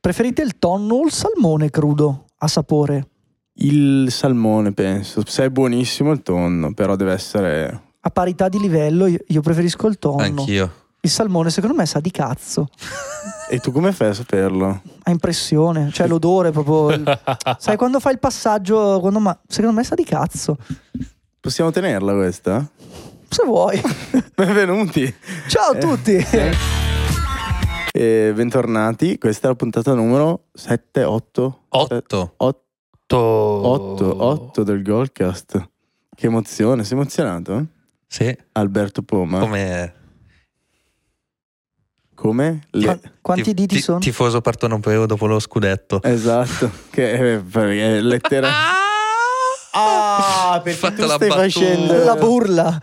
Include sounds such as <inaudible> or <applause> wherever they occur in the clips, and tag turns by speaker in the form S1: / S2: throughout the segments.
S1: Preferite il tonno o il salmone crudo a sapore?
S2: Il salmone, penso. Se è buonissimo il tonno, però deve essere.
S1: A parità di livello io io preferisco il tonno.
S3: Anch'io.
S1: Il salmone secondo me sa di cazzo.
S2: E tu come fai a saperlo?
S1: Ha impressione, cioè l'odore proprio. il-
S2: <laughs>
S1: Sai quando fai il passaggio, quando ma... secondo me sa di cazzo.
S2: Possiamo tenerla questa? <laughs>
S1: Se vuoi.
S2: Benvenuti
S1: Ciao
S2: Eh.
S1: a tutti.
S2: e bentornati. Questa è la puntata numero 7, 8,
S3: 8.
S2: 8,
S4: To-
S2: 8,
S3: Oh.
S2: del Goldcast. Che emozione, sei emozionato? eh?
S3: Sì,
S2: Alberto Poma. Come?
S3: come
S2: le-
S1: Qua- Quanti
S3: ti-
S1: diti
S3: ti-
S1: sono? Eh,
S3: tifoso partonopeo dopo lo scudetto.
S2: Esatto, che è, è
S3: <laughs>
S2: lettera. Ah, perché
S3: Fatto
S2: tu
S3: la
S2: stai
S3: battuta.
S2: facendo
S1: La burla.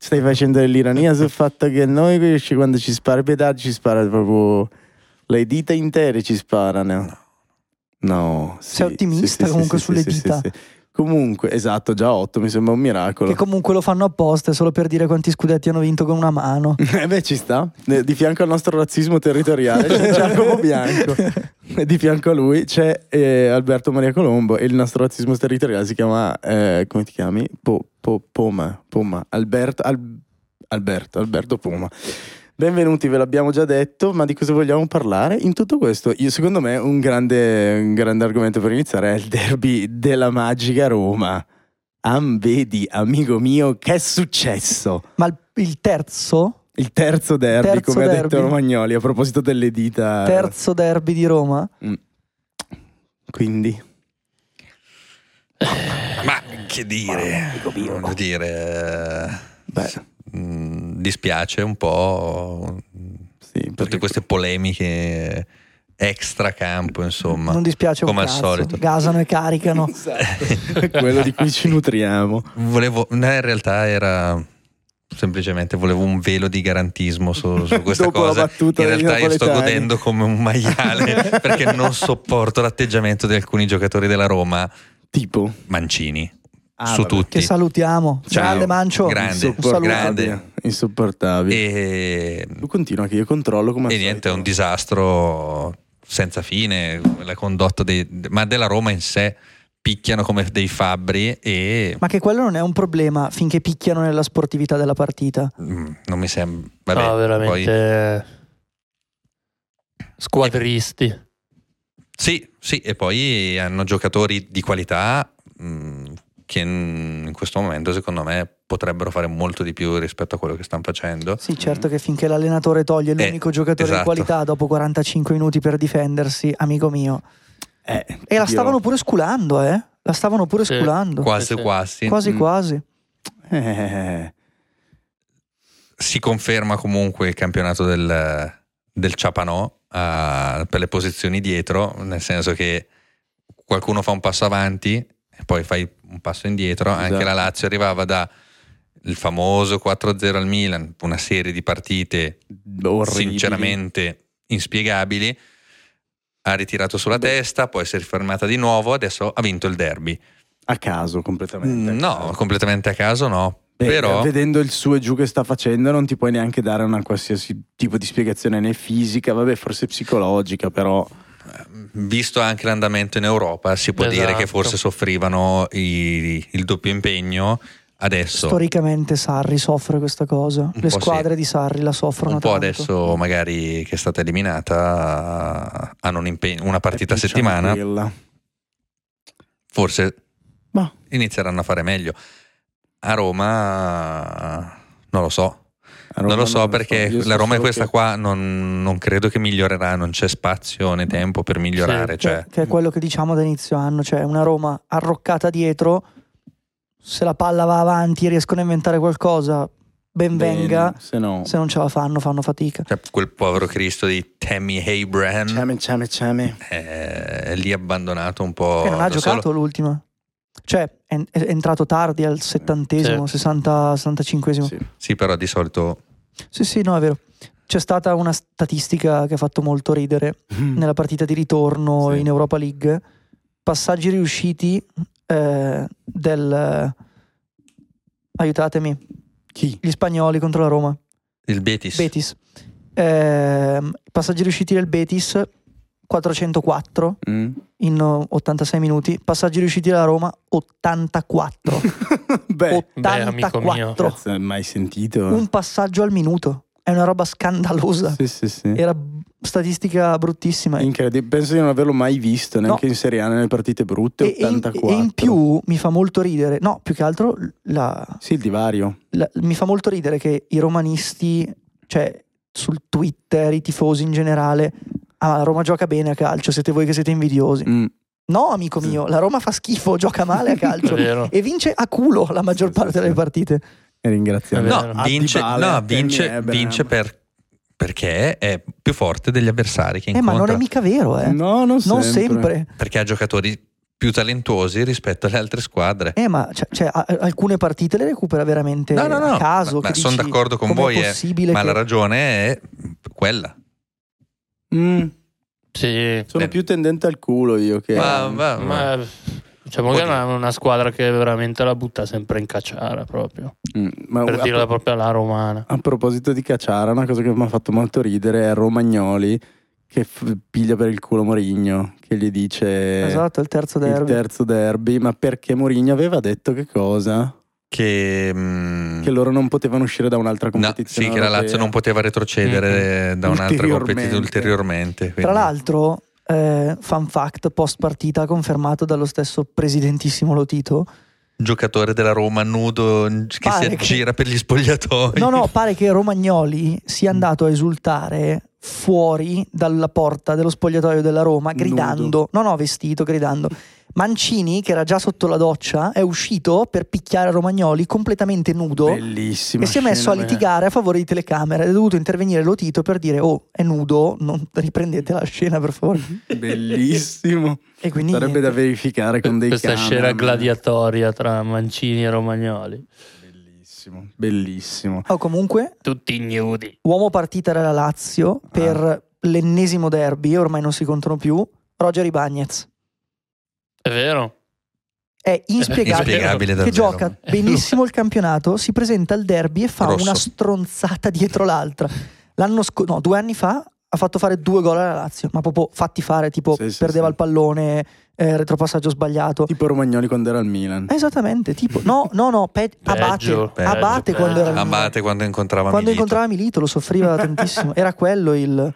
S2: Stai facendo dell'ironia <laughs> sul fatto che noi qui ci- quando ci spara Pedaggi ci spara proprio le dita intere ci sparano. No, sì,
S1: Sei ottimista comunque sulle dita.
S2: Comunque, esatto, già 8 mi sembra un miracolo.
S1: Che comunque lo fanno apposta, è solo per dire quanti scudetti hanno vinto con una mano.
S2: <laughs> Eh beh, ci sta. Eh, Di fianco al nostro razzismo territoriale <laughs> c'è Giacomo Bianco. E <laughs> Di fianco a lui c'è eh, Alberto Maria Colombo e il nostro razzismo territoriale si chiama, eh, come ti chiami? Po- po- Poma, Poma, Alberto, Al- Alberto, Alberto Poma. Benvenuti, ve l'abbiamo già detto, ma di cosa vogliamo parlare? In tutto questo, io, secondo me un grande, un grande argomento per iniziare è il derby della magica Roma. Am vedi, amico mio, che è successo?
S1: <laughs> Ma il, il terzo,
S2: Il terzo derby,
S1: Terzo
S2: come ha
S1: derby.
S2: detto Romagnoli, a proposito delle dita.
S1: terzo derby di Roma,
S2: Mm. Quindi,
S3: Ma che dire? Voglio dire,
S2: beh, sì,
S3: eh, mh, dispiace un po' mh,
S2: perché,
S3: tutte queste polemiche extra campo, insomma.
S1: non dispiace un
S3: come al
S1: cazzo.
S3: solito.
S1: Gasano e caricano.
S2: Esatto, è <laughs> quello di cui ci nutriamo.
S3: Volevo, no, in realtà era semplicemente volevo un velo di garantismo su,
S2: <laughs>
S3: su questa
S2: Dopo la
S3: cosa.
S2: battuta
S3: in
S2: dei
S3: realtà io sto
S2: napoletani.
S3: godendo come
S2: <laughs>
S3: un maiale perché non sopporto l'atteggiamento di alcuni giocatori della Roma,
S2: Tipo,
S3: Mancini,
S2: Ah,
S3: su
S2: vabbè.
S3: tutti.
S1: Che salutiamo.
S3: Ciao.
S1: Grande Mancio.
S3: Grande,
S1: Un saluto.
S3: grande.
S2: insopportabile.
S3: E,
S2: Tu continua che io controllo come
S3: e
S2: al solito.
S3: niente, è un disastro senza fine, la condotta dei- ma della Roma in sé picchiano come dei fabbri e
S1: Ma che quello non è un problema finché picchiano nella sportività della partita.
S3: mm, non mi sembra... vabbè,
S4: No,
S3: poi-
S4: veramente. eh, Squadristi.
S3: Sì, sì, e poi hanno giocatori di qualità mh, che in in questo momento secondo me potrebbero fare molto di più rispetto a quello che stanno facendo.
S1: Sì, certo che finché l'allenatore toglie l'unico giocatore
S3: Mm. esatto.
S1: di qualità dopo 45 minuti per difendersi, amico mio.
S2: Eh,
S1: E la
S2: Dio. <laughs>
S1: stavano pure sculando, eh? La stavano pure
S4: Sì.
S1: sculando.
S3: Quasi
S4: Sì, sì.
S3: quasi
S1: Quasi
S2: Mm.
S1: quasi.
S2: Eh,
S3: si conferma comunque il campionato del, del Ciapanò ah, per le posizioni dietro, nel senso che qualcuno fa un passo avanti e poi fai un passo indietro. Anche
S2: Esatto.
S3: la Lazio arrivava da il famoso 4-0 al Milan, una serie di partite
S2: orribili.
S3: sinceramente inspiegabili. Ha ritirato sulla testa, poi si è rifermata di nuovo. Adesso ha vinto il derby.
S2: A caso, completamente. a
S3: No,
S2: caso.
S3: completamente a caso, no.
S2: Beh, eh,
S3: Però
S2: vedendo il su e giù che sta facendo, non ti puoi neanche dare una qualsiasi tipo di spiegazione né fisica, vabbè, forse psicologica, però.
S3: ehm, visto anche l'andamento in Europa, si può dire
S4: Esatto.
S3: che forse soffrivano i- il doppio impegno. Adesso,
S1: Storicamente Sarri soffre questa cosa.
S3: Un
S1: Le
S3: po'
S1: squadre di Sarri la soffrono
S3: un po'
S1: tanto.
S3: adesso, magari che è stata eliminata, hanno un impegno- una partita a
S2: diciamo
S3: settimana,
S2: quella.
S3: forse
S2: Ma
S3: inizieranno a fare meglio. A Roma, non lo so.
S2: a Roma
S3: non lo so perché
S2: Io so
S3: la Roma è
S2: solo
S3: questa
S2: che-
S3: qua, non, non credo che migliorerà, non c'è spazio né tempo per migliorare.
S4: Sì,
S3: cioè,
S1: Che, che è quello che diciamo da inizio anno, cioè una Roma arroccata dietro, se la palla va avanti e riescono a inventare qualcosa, ben
S2: Bene,
S1: venga,
S2: Se no.
S1: se non ce la fanno fanno fatica.
S3: cioè, quel povero Cristo di Tammy Abraham
S2: Ciame, ciame, ciame.
S3: eh, è lì abbandonato un po'.
S1: che non ha
S3: da
S1: giocato
S3: solo.
S1: l'ultima. Cioè è, è entrato tardi al settantesimo, 60, 65esimo. Sì.
S2: Sì.
S3: Sì, però di solito
S1: sì, no, è vero. C'è stata una statistica che ha fatto molto ridere nella partita di ritorno
S2: Mm. Sì.
S1: in Europa League. Passaggi riusciti eh, del... Aiutatemi,
S2: Chi?
S1: gli spagnoli contro la Roma.
S3: il Betis.
S1: Betis. Ehm, passaggi riusciti del Betis 404
S2: Mm.
S1: in eh, 86 minuti, passaggi riusciti dalla Roma 84.
S2: <laughs> <laughs> Beh,
S4: Beh, amico
S1: 84.
S2: cazzo, mai sentito.
S1: Un passaggio al minuto. È una roba scandalosa.
S2: Sì, sì, sì.
S1: Era b- statistica bruttissima.
S2: Incredibile. Penso di non averlo mai visto neanche in Serie A nelle partite brutte.
S1: E- e-
S2: 84.
S1: E, in più mi fa molto ridere, no, più che altro la-
S2: Sì, il divario.
S1: la- mi fa molto ridere che i romanisti, cioè sul Twitter, i tifosi in generale, ah, la Roma gioca bene a calcio, siete voi che siete invidiosi.
S2: Mm.
S1: No, amico
S2: Sì.
S1: mio, la Roma fa schifo, gioca male a
S3: <laughs>
S4: È
S1: calcio
S4: vero.
S1: e vince a culo la maggior
S2: Sì,
S1: parte
S2: sì,
S1: delle
S2: sì.
S1: partite.
S2: E ringraziamo.
S4: No,
S3: No, vince,
S2: A Dybala,
S3: no,
S2: a Tammy
S3: vince,
S2: Abraham.
S3: vince per- perché è più forte degli avversari che
S1: Eh, ma
S3: incontra.
S1: non è mica vero, eh.
S2: No, non sempre.
S1: non sempre.
S3: Perché ha giocatori più talentuosi rispetto alle altre squadre.
S1: Eh, ma cioè- cioè, a- alcune partite le recupera veramente
S3: No, no, no.
S1: a caso. che
S3: Ma- ma son
S1: dici,
S3: d'accordo con
S1: "Com'è
S3: voi, eh,
S1: possibile
S3: Ma
S1: che-"
S3: la ragione è quella.
S2: Mm.
S4: Sì,
S2: Sono
S3: Eh.
S2: più tendente al culo io che...
S3: Ma- ma- ma-
S4: ma
S1: Eh,
S4: diciamo che è
S3: Oddio.
S4: una, una squadra che veramente la butta sempre in cacciara proprio,
S2: Mm, ma
S4: per
S2: a-
S4: dirla proprio alla romana.
S2: A proposito di Cacciara, una cosa che mi ha fatto molto ridere è Romagnoli che f- piglia per il culo Morigno, che gli dice
S1: Esatto, il terzo
S2: il
S1: derby.
S2: terzo derby, ma perché Morigno aveva detto che cosa?
S3: Che, mm,
S2: Che loro non potevano uscire da un'altra
S3: no,
S2: competizione.
S3: sì, che la
S2: europea.
S3: Lazio non poteva retrocedere da un'altra
S2: Ulteriormente.
S3: competizione ulteriormente.
S1: Tra
S3: quindi-
S1: l'altro, eh, fun fact, post partita confermato dallo stesso presidentissimo Lotito.
S3: giocatore della Roma nudo mm, che
S1: Pare
S3: si
S1: che-
S3: aggira per gli spogliatoi.
S1: No, no,
S3: <laughs>
S1: pare che Romagnoli
S2: Mm.
S1: sia andato a esultare fuori dalla porta dello spogliatoio della Roma gridando, no no vestito
S2: <laughs>
S1: gridando. Mancini che era già sotto la doccia è uscito per picchiare Romagnoli completamente nudo
S2: Bellissima
S1: Boh. e si è messo a
S2: scena, beh.
S1: litigare a favore di telecamere ed è dovuto intervenire Lotito per dire oh è nudo, non <laughs> riprendete la scena per
S2: <laughs>
S1: favore.
S2: Bellissimo.
S1: E quindi
S2: Sarebbe da
S1: <laughs> niente.
S2: verificare con dei eh.
S4: Questa scena
S2: cameraman.
S4: gladiatoria tra Mancini e Romagnoli.
S2: Bellissimo, bellissimo.
S1: Oh, comunque
S4: Tutti nudi.
S1: Uomo partita dalla Lazio per
S2: Ah.
S1: l'ennesimo derby, ormai non si contano più, Roger Ibagnez.
S4: È vero?
S1: È inspiegabile
S3: Inspiegabile
S1: che
S3: davvero.
S1: gioca benissimo il campionato, si presenta al derby e fa
S3: Rosso.
S1: una stronzata dietro l'altra. L'anno sco- no, due anni fa ha fatto fare due gol alla Lazio, ma proprio fatti fare, tipo
S2: Sì, sì,
S1: perdeva
S2: sì.
S1: il pallone, eh, retropassaggio sbagliato.
S2: Tipo Romagnoli quando era al Milan.
S1: Eh, Esattamente, tipo no, no, no, pe- abate,
S4: peggio,
S1: abate
S4: peggio.
S1: quando era il Milan.
S3: Amate quando incontrava
S1: Quando
S3: Milito.
S1: incontrava Milito lo soffriva tantissimo, era quello il...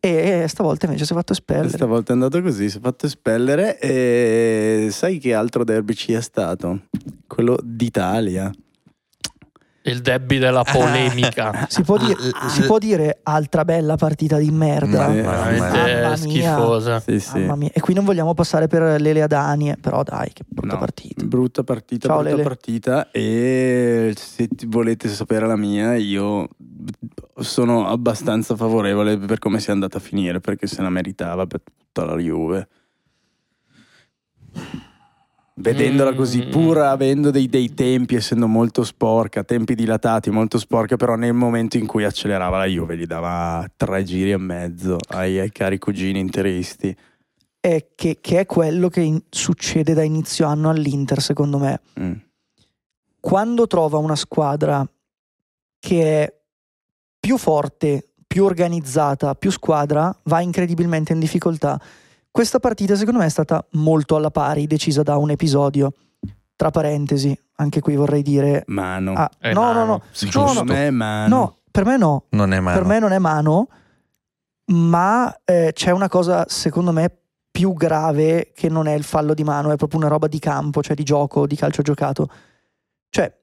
S1: E, e stavolta invece si è fatto espellere.
S2: Stavolta è andato così, si è fatto espellere e sai che altro derby ci è stato? Quello d'Italia.
S4: Il debby della polemica.
S1: Si, può dire, si può dire altra bella partita di merda. Eh,
S2: Ma-
S1: Mamma mia.
S4: Veramente schifosa.
S2: Sì, sì.
S1: Ah, Mamma mia. E qui non vogliamo passare per l'Elea Dani, però dai, che brutta
S2: No,
S1: partita.
S2: Brutta partita,
S1: Ciao,
S2: brutta
S1: Lele.
S2: partita e se ti- volete sapere la mia io sono abbastanza favorevole per come sia andata a finire perché se la meritava per tutta la Juve. Vedendola così,
S4: Mm.
S2: pur avendo dei, dei tempi, essendo molto sporca, tempi dilatati, molto sporca, però nel momento in cui accelerava la Juve gli dava tre giri e mezzo ai, ai cari cugini interisti.
S1: È che, che è quello che in- succede da inizio anno all'Inter, secondo me.
S2: Mm.
S1: Quando trova una squadra che è più forte, più organizzata, più squadra, va incredibilmente in difficoltà. Questa partita, secondo me, è stata molto alla pari, decisa da un episodio. Tra parentesi, anche qui vorrei dire.
S2: Mano.
S1: Ah,
S4: È
S1: no, no,
S4: mano.
S1: no,
S3: Giusto.
S2: Secondo
S1: no,
S2: me è mano.
S1: No, per me no.
S3: Non è male.
S1: Per me non è mano, ma eh, c'è una cosa secondo me più grave che non è il fallo di mano, è proprio una roba di campo, cioè di gioco, di calcio giocato. Cioè,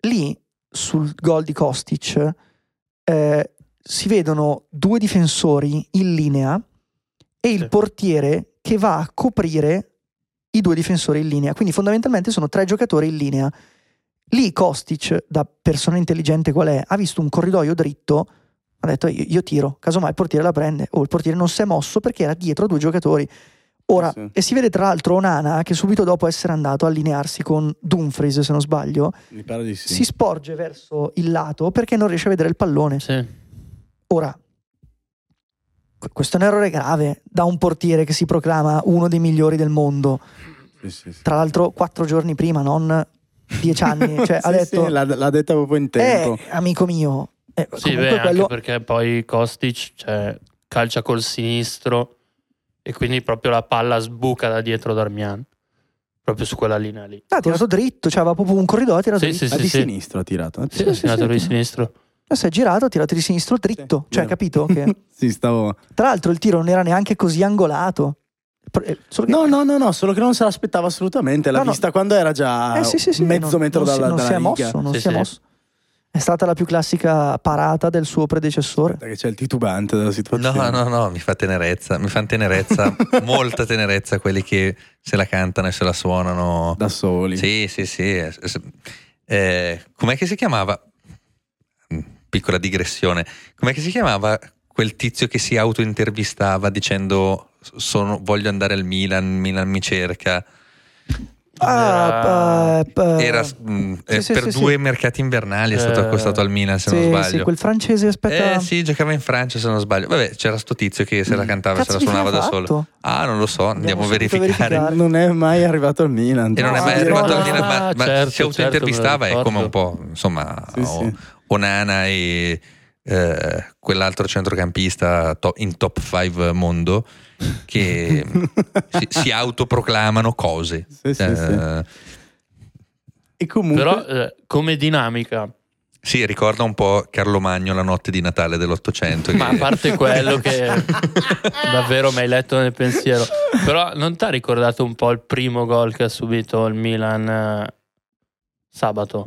S1: lì sul gol di Kostic eh, si vedono due difensori in linea e il
S4: Sì.
S1: portiere che va a coprire i due difensori in linea. Quindi fondamentalmente sono tre giocatori in linea. Lì Kostic, da persona intelligente qual è, ha visto un corridoio dritto, ha detto io, io tiro, casomai il portiere la prende. O il portiere non si è mosso perché era dietro a due giocatori. Ora,
S2: Sì, sì.
S1: e si vede tra l'altro Onana che subito dopo essere andato a allinearsi con Dumfries, se non sbaglio,
S2: Mi pare di sì.
S1: si sporge verso il lato perché non riesce a vedere il pallone.
S4: Sì.
S1: Ora, que- questo è un errore grave da un portiere che si proclama uno dei migliori del mondo.
S2: Sì, sì, sì.
S1: Tra l'altro, quattro giorni prima, non dieci
S2: <laughs>
S1: anni. Cioè, ha
S2: Sì,
S1: detto:
S2: sì, l'ha, l'ha detta proprio in tempo.
S1: Eh, amico mio. Eh,
S4: Sì,
S1: comunque
S4: beh,
S1: quello
S4: anche perché poi Kostic, cioè, calcia col sinistro e quindi proprio la palla sbuca da dietro Darmian, proprio su quella linea lì.
S1: Ah, ha tirato dritto, cioè aveva proprio un corridoio, ha tirato
S4: Sì,
S1: dritto.
S4: sì,
S2: Ah,
S4: sì,
S2: di
S4: sì.
S2: sinistra ha tirato. eh.
S4: Sì, ha segnato lui sinistro.
S1: Poi si è girato, ha tirato di sinistro dritto.
S2: Sì,
S1: cioè,
S2: vero.
S1: capito? Che...
S2: <laughs> Sì, stavo...
S1: Tra l'altro il tiro non era neanche così angolato. Pro- eh, Solo che
S2: No, no, no, no, solo che non se l'aspettava assolutamente. L'ha
S1: No, no.
S2: vista quando era già
S1: Eh, sì, sì, sì,
S2: mezzo
S1: non-
S2: metro
S1: non si-
S2: dalla,
S1: non
S2: dalla
S1: si è
S2: riga.
S1: mosso, non
S4: Sì,
S1: si è
S4: sì.
S1: mosso. È stata la più classica parata del suo predecessore.
S2: Guarda che c'è il titubante della situazione.
S3: No, no, no, mi fa tenerezza, mi fanno
S1: <laughs>
S3: tenerezza, molta tenerezza quelli che se la cantano e se la suonano.
S2: Da soli.
S3: Sì, sì, sì. eh, s- eh, com'è che si chiamava? Mm, Piccola digressione. Com'è che si chiamava quel tizio che si autointervistava dicendo sono- voglio andare al Milan, Milan mi cerca?
S1: Ah,
S4: Era-
S1: p- p-
S3: Era
S1: sì,
S3: mm, eh,
S1: sì,
S3: per
S1: sì,
S3: due
S1: sì.
S3: mercati invernali è stato
S4: Eh,
S3: accostato al Milan, se non
S1: sì,
S3: sbaglio.
S1: quel francese aspetta.
S3: Eh sì, giocava in Francia se non sbaglio. Vabbè, c'era sto tizio che se la cantava e se
S1: Mm. Cazzo
S3: la
S1: di fine
S3: suonava da
S1: ha
S3: solo.
S1: fatto?
S3: Ah, non lo so, andiamo a
S1: Abbiamo saputo
S3: verificare.
S1: verificare.
S2: Non è mai arrivato al Milan.
S3: E non è
S1: No,
S3: mai
S1: ah,
S3: arrivato
S1: no,
S3: al Milan,
S1: ah,
S3: ma, ma
S4: certo,
S3: si autointervistava
S4: certo, me
S3: è
S4: lo
S3: come un
S4: ricordo.
S3: po', insomma,
S2: Sì,
S3: o-
S2: sì.
S3: Onana e eh, quell'altro centrocampista to- in top 5 mondo Oh,
S2: <laughs>
S3: che si, si autoproclamano cose.
S2: Sì, sì,
S3: Eh,
S2: sì. E comunque...
S4: Però eh, come dinamica,
S3: sì, ricorda un po' Carlo Magno la notte di Natale dell'Ottocento.
S4: ma a
S3: che-
S4: parte quello che davvero mi hai letto nel pensiero, però non ti ha ricordato un po' il primo gol che ha subito il Milan eh, sabato?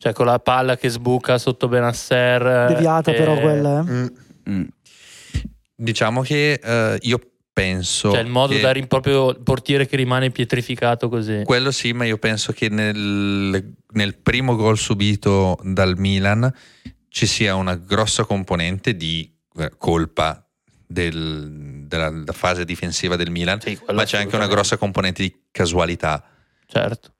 S4: Cioè con la palla che sbuca sotto Benasser. eh,
S1: Deviata,
S4: e-
S1: però, quella. eh.
S3: Mm.
S2: <laughs> Mm.
S3: Diciamo che eh, io penso.
S4: Cioè il modo
S3: Esatto. che-
S4: da rim- proprio il portiere che rimane pietrificato così.
S3: Quello sì, ma io penso che nel, nel primo gol subito dal Milan ci sia una grossa componente di eh, colpa del- della, della fase difensiva del Milan,
S4: Sì, quello
S3: ma c'è anche una
S4: assolutamente.
S3: grossa componente di casualità
S4: Certo.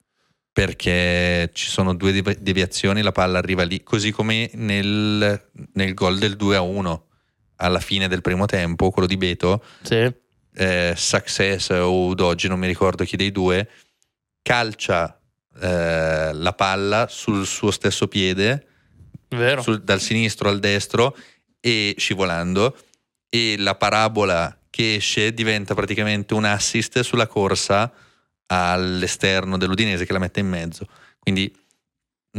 S3: perché ci sono due devi- deviazioni, la palla arriva lì, così come nel, nel gol del 2-1 alla fine del primo tempo, quello di Beto,
S4: Sì.
S3: eh, Success o Udogi, non mi ricordo chi dei due, calcia eh, la palla sul suo stesso piede,
S4: Vero.
S3: sul- dal sinistro al destro e scivolando, e la parabola che esce diventa praticamente un assist sulla corsa all'esterno dell'Udinese che la mette in mezzo. Quindi mh,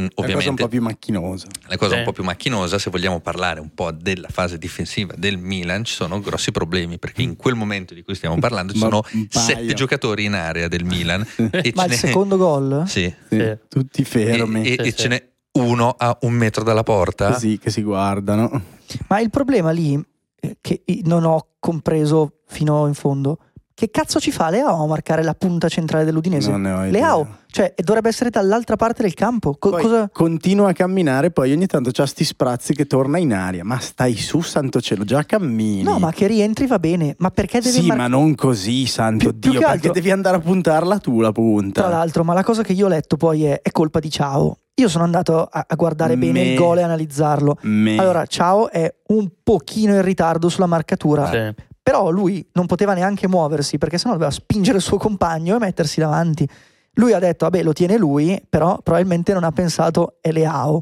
S2: È una cosa un
S3: ovviamente
S2: po' più macchinosa.
S3: la cosa
S4: Sì.
S3: un po' più macchinosa, se vogliamo parlare un po' della fase difensiva del Milan, ci sono grossi problemi perché in quel momento di cui stiamo parlando ci
S2: Ma
S3: sono
S2: un paio.
S3: sette giocatori in area
S1: <laughs>
S3: del Milan. e
S1: Ma
S3: ce
S1: il
S3: n'è-
S1: secondo gol?
S3: Sì.
S2: Sì,
S4: Sì.
S1: Eh.
S2: Tutti
S3: E,
S2: fermi,
S3: e-
S4: Sì,
S3: e
S4: sì.
S3: ce n'è uno a un metro dalla porta.
S2: così che si guardano.
S1: Ma il problema lì, eh, che i- non ho compreso fino in fondo, che cazzo ci fa Leao a marcare la punta centrale dell'Udinese?
S2: Non ne ho idea.
S1: Leao, cioè, e dovrebbe essere dall'altra parte del campo. Co-
S2: Poi
S1: cosa...
S2: Continua a camminare, poi ogni tanto c'ha sti sprazzi che torna in aria. Ma stai su, santo cielo, già cammini.
S1: No, ma che rientri va bene, ma perché deve
S2: Sì,
S1: marcare?
S2: ma non così, santo
S1: Più- più
S2: Dio,
S1: che
S2: perché
S1: altro-
S2: devi andare a puntarla tu la punta.
S1: Tra l'altro, ma la cosa che io ho letto poi è, è colpa di Ciao. Io sono andato a, a guardare bene
S2: Me.
S1: il gol e analizzarlo.
S2: Me-
S1: Allora, Ciao è un pochino in ritardo sulla marcatura,
S2: Ah,
S4: Sì.
S1: però lui non poteva neanche muoversi perché sennò doveva spingere il suo compagno e mettersi davanti. Lui ha detto, vabbè, lo tiene lui, però probabilmente non ha pensato è Leao.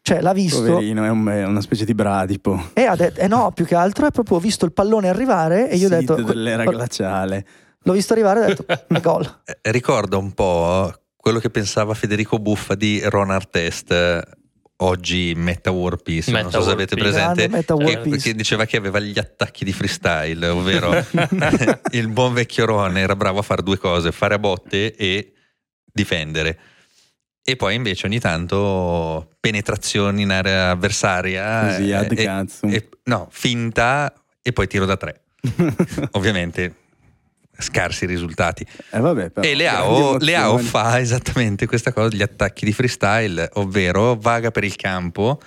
S1: Cioè, l'ha visto
S2: poverino, è, un- è una specie di bradipo.
S1: e ha detto, eh no, più che altro è proprio ho visto il pallone arrivare e io ho
S2: Sid
S1: detto, <laughs>
S2: dell'era
S1: "Que-
S2: glaciale.
S1: l'ho visto arrivare e ho detto, è gol.
S3: Eh, Ricorda un po' eh, quello che pensava Federico Buffa di Ron Artest eh, oggi Meta War Piece,
S4: Meta
S3: non so se
S4: War
S3: avete
S4: Piece.
S3: presente,
S1: Grande Meta
S3: che-
S1: War Piece.
S3: che diceva che aveva gli attacchi di
S1: <laughs>
S3: freestyle, ovvero <laughs> il buon vecchio Ron era bravo a fare due cose, fare a botte e difendere. E poi invece ogni tanto penetrazioni in area avversaria
S2: Così, a
S3: eh,
S2: di
S3: e-
S2: cazzo.
S3: e- no, finta e poi tiro da tre. Ovviamente scarsi risultati.
S2: <laughs> Eh, vabbè, però,
S3: E Leao,
S2: grandi
S3: Leao
S2: emozioni.
S3: fa esattamente questa cosa, gli attacchi di freestyle, ovvero vaga per il campo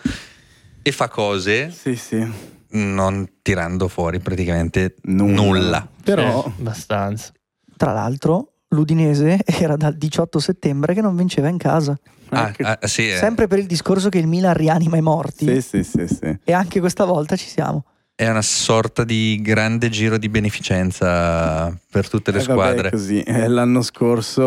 S3: e fa cose
S2: Sì, sì.
S3: non tirando fuori praticamente
S2: Nulla.
S3: nulla.
S2: Però...
S4: Sì,
S2: <laughs>
S4: abbastanza.
S1: Tra l'altro, l'Udinese <laughs> era dal 18 settembre che non vinceva in casa.
S3: Ah,
S2: Ecco.
S3: ah, sì, eh.
S1: Sempre per il discorso che il Milan rianima i morti.
S2: Sì, sì, sì, sì.
S1: E anche questa volta ci siamo.
S3: è una sorta di grande giro di beneficenza per tutte le
S2: Eh, vabbè,
S3: squadre.
S2: così. Eh, l'anno scorso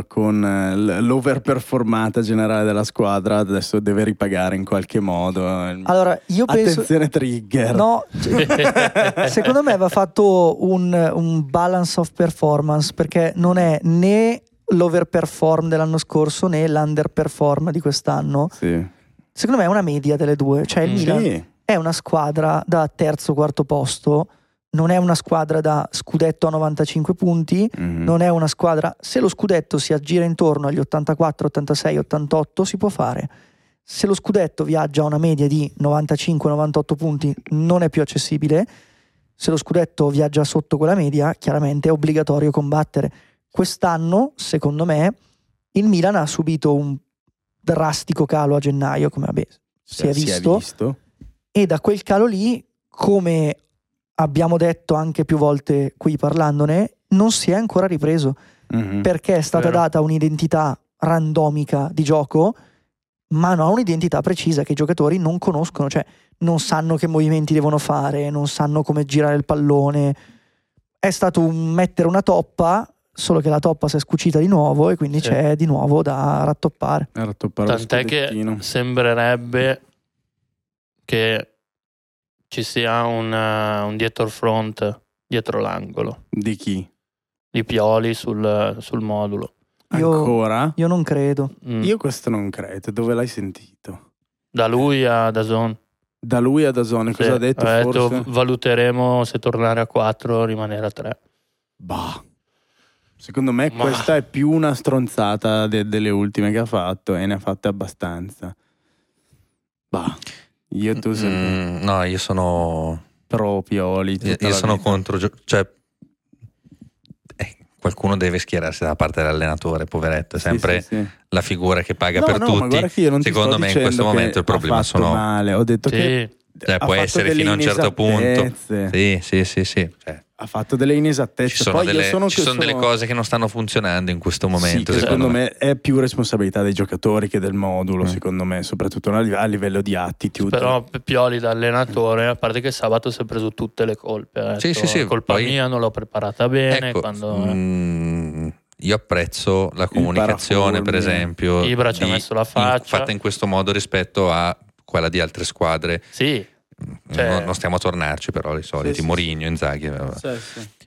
S2: eh, con eh, l- l'overperformata generale della squadra adesso deve ripagare in qualche modo. eh.
S1: Allora, io penso...
S2: Attenzione trigger.
S1: No, cioè, secondo me
S2: <laughs>
S1: va fatto un, un balance of performance perché non è né l'overperform dell'anno scorso né l'underperform di quest'anno.
S2: Sì.
S1: Secondo me è una media delle due. Cioè il
S4: Mm.
S1: Milan
S2: Sì.
S1: è una squadra da terzo quarto posto, non è una squadra da scudetto a 95 punti,
S2: Mhm.
S1: non è una squadra. Se lo scudetto si aggira intorno agli 84, 86, 88, si può fare. Se lo scudetto viaggia a una media di 95-98 punti, non è più accessibile. Se lo scudetto viaggia sotto quella media, chiaramente è obbligatorio combattere. Quest'anno, secondo me, il Milan ha subito un drastico calo a gennaio, come vabbè, si
S2: Cioè,
S1: è visto. E da quel calo lì, come abbiamo detto anche più volte qui parlandone, non si è ancora ripreso
S2: Mhm.
S1: perché è stata
S4: Mm. Vero.
S1: data un'identità randomica di gioco, ma non ha un'identità precisa che i giocatori non conoscono, cioè non sanno che movimenti devono fare, non sanno come girare il pallone. È stato un mettere una toppa, solo che la toppa si è scucita di nuovo e quindi
S4: Sì.
S1: c'è di nuovo da rattoppare.
S2: Era toppato lo
S4: Tant'è che
S2: scudettino.
S4: sembrerebbe che ci sia un, eh, un dietro front dietro l'angolo
S2: Di chi?
S4: di Pioli sul, sul modulo.
S1: Io-
S2: Ancora?
S1: Io non credo.
S4: Mm.
S2: Io questo non credo. Dove l'hai sentito?
S4: Da lui a Dazon.
S2: Da lui a Dazone cosa
S4: Sì,
S2: ha detto?
S4: ha detto,
S2: forse?
S4: valuteremo se tornare a 4 o rimanere a 3.
S2: Bah. Secondo me
S4: Ma-
S2: questa è più una stronzata de- delle ultime che ha fatto e ne ha fatte abbastanza. Bah. Io e tu siamo
S3: Mm, no, io sono
S2: pro Pioli.
S3: Io,
S2: tutta
S3: io
S2: la
S3: sono
S2: vita.
S3: contro, gio- cioè, eh, qualcuno deve schierarsi dalla parte dell'allenatore, poveretto, è
S2: Sì,
S3: sempre
S2: sì, sì.
S3: la figura che paga
S2: No,
S3: per
S2: no, ma
S3: tutti.
S2: guarda che io non ti
S3: Secondo
S2: sto
S3: me in questo
S2: dicendo
S3: momento
S2: che
S3: il problema
S2: ha fatto
S3: sono-
S2: male. Ho detto
S4: Sì,
S2: che
S3: Cioè,
S2: ha
S3: può
S2: fatto
S3: essere
S2: delle
S3: fino a un certo punto.
S2: inesattezze.
S3: Sì, sì, sì, sì. Cioè,
S2: Ha fatto delle inesattezze.
S3: ci sono,
S2: Poi io
S3: delle,
S2: sono
S3: ci sono delle cose che non stanno funzionando in questo momento,
S2: Sì, che
S3: secondo, me.
S2: è più responsabilità dei giocatori che del modulo,
S3: Mm.
S2: secondo me, soprattutto a live- a livello di attitude.
S4: però P- Pioli da allenatore, a parte che sabato si è preso tutte le colpe. ha
S3: Sì,
S4: detto,
S3: sì, sì,
S4: colpa
S3: poi-
S4: mia, non l'ho preparata bene.
S3: Ecco,
S4: quando
S3: mm, io apprezzo la comunicazione, per
S2: paraforme.
S3: esempio,
S4: Ibra ci ha
S3: di-
S4: messo la
S3: in-
S4: faccia.
S3: fatta in questo modo rispetto a quella di altre squadre. Mm,
S4: Sì, Cioè-
S3: Non, non stiamo a tornarci, però, i soliti,
S2: Sì, sì,
S3: Mourinho, Inzaghi. vabbè.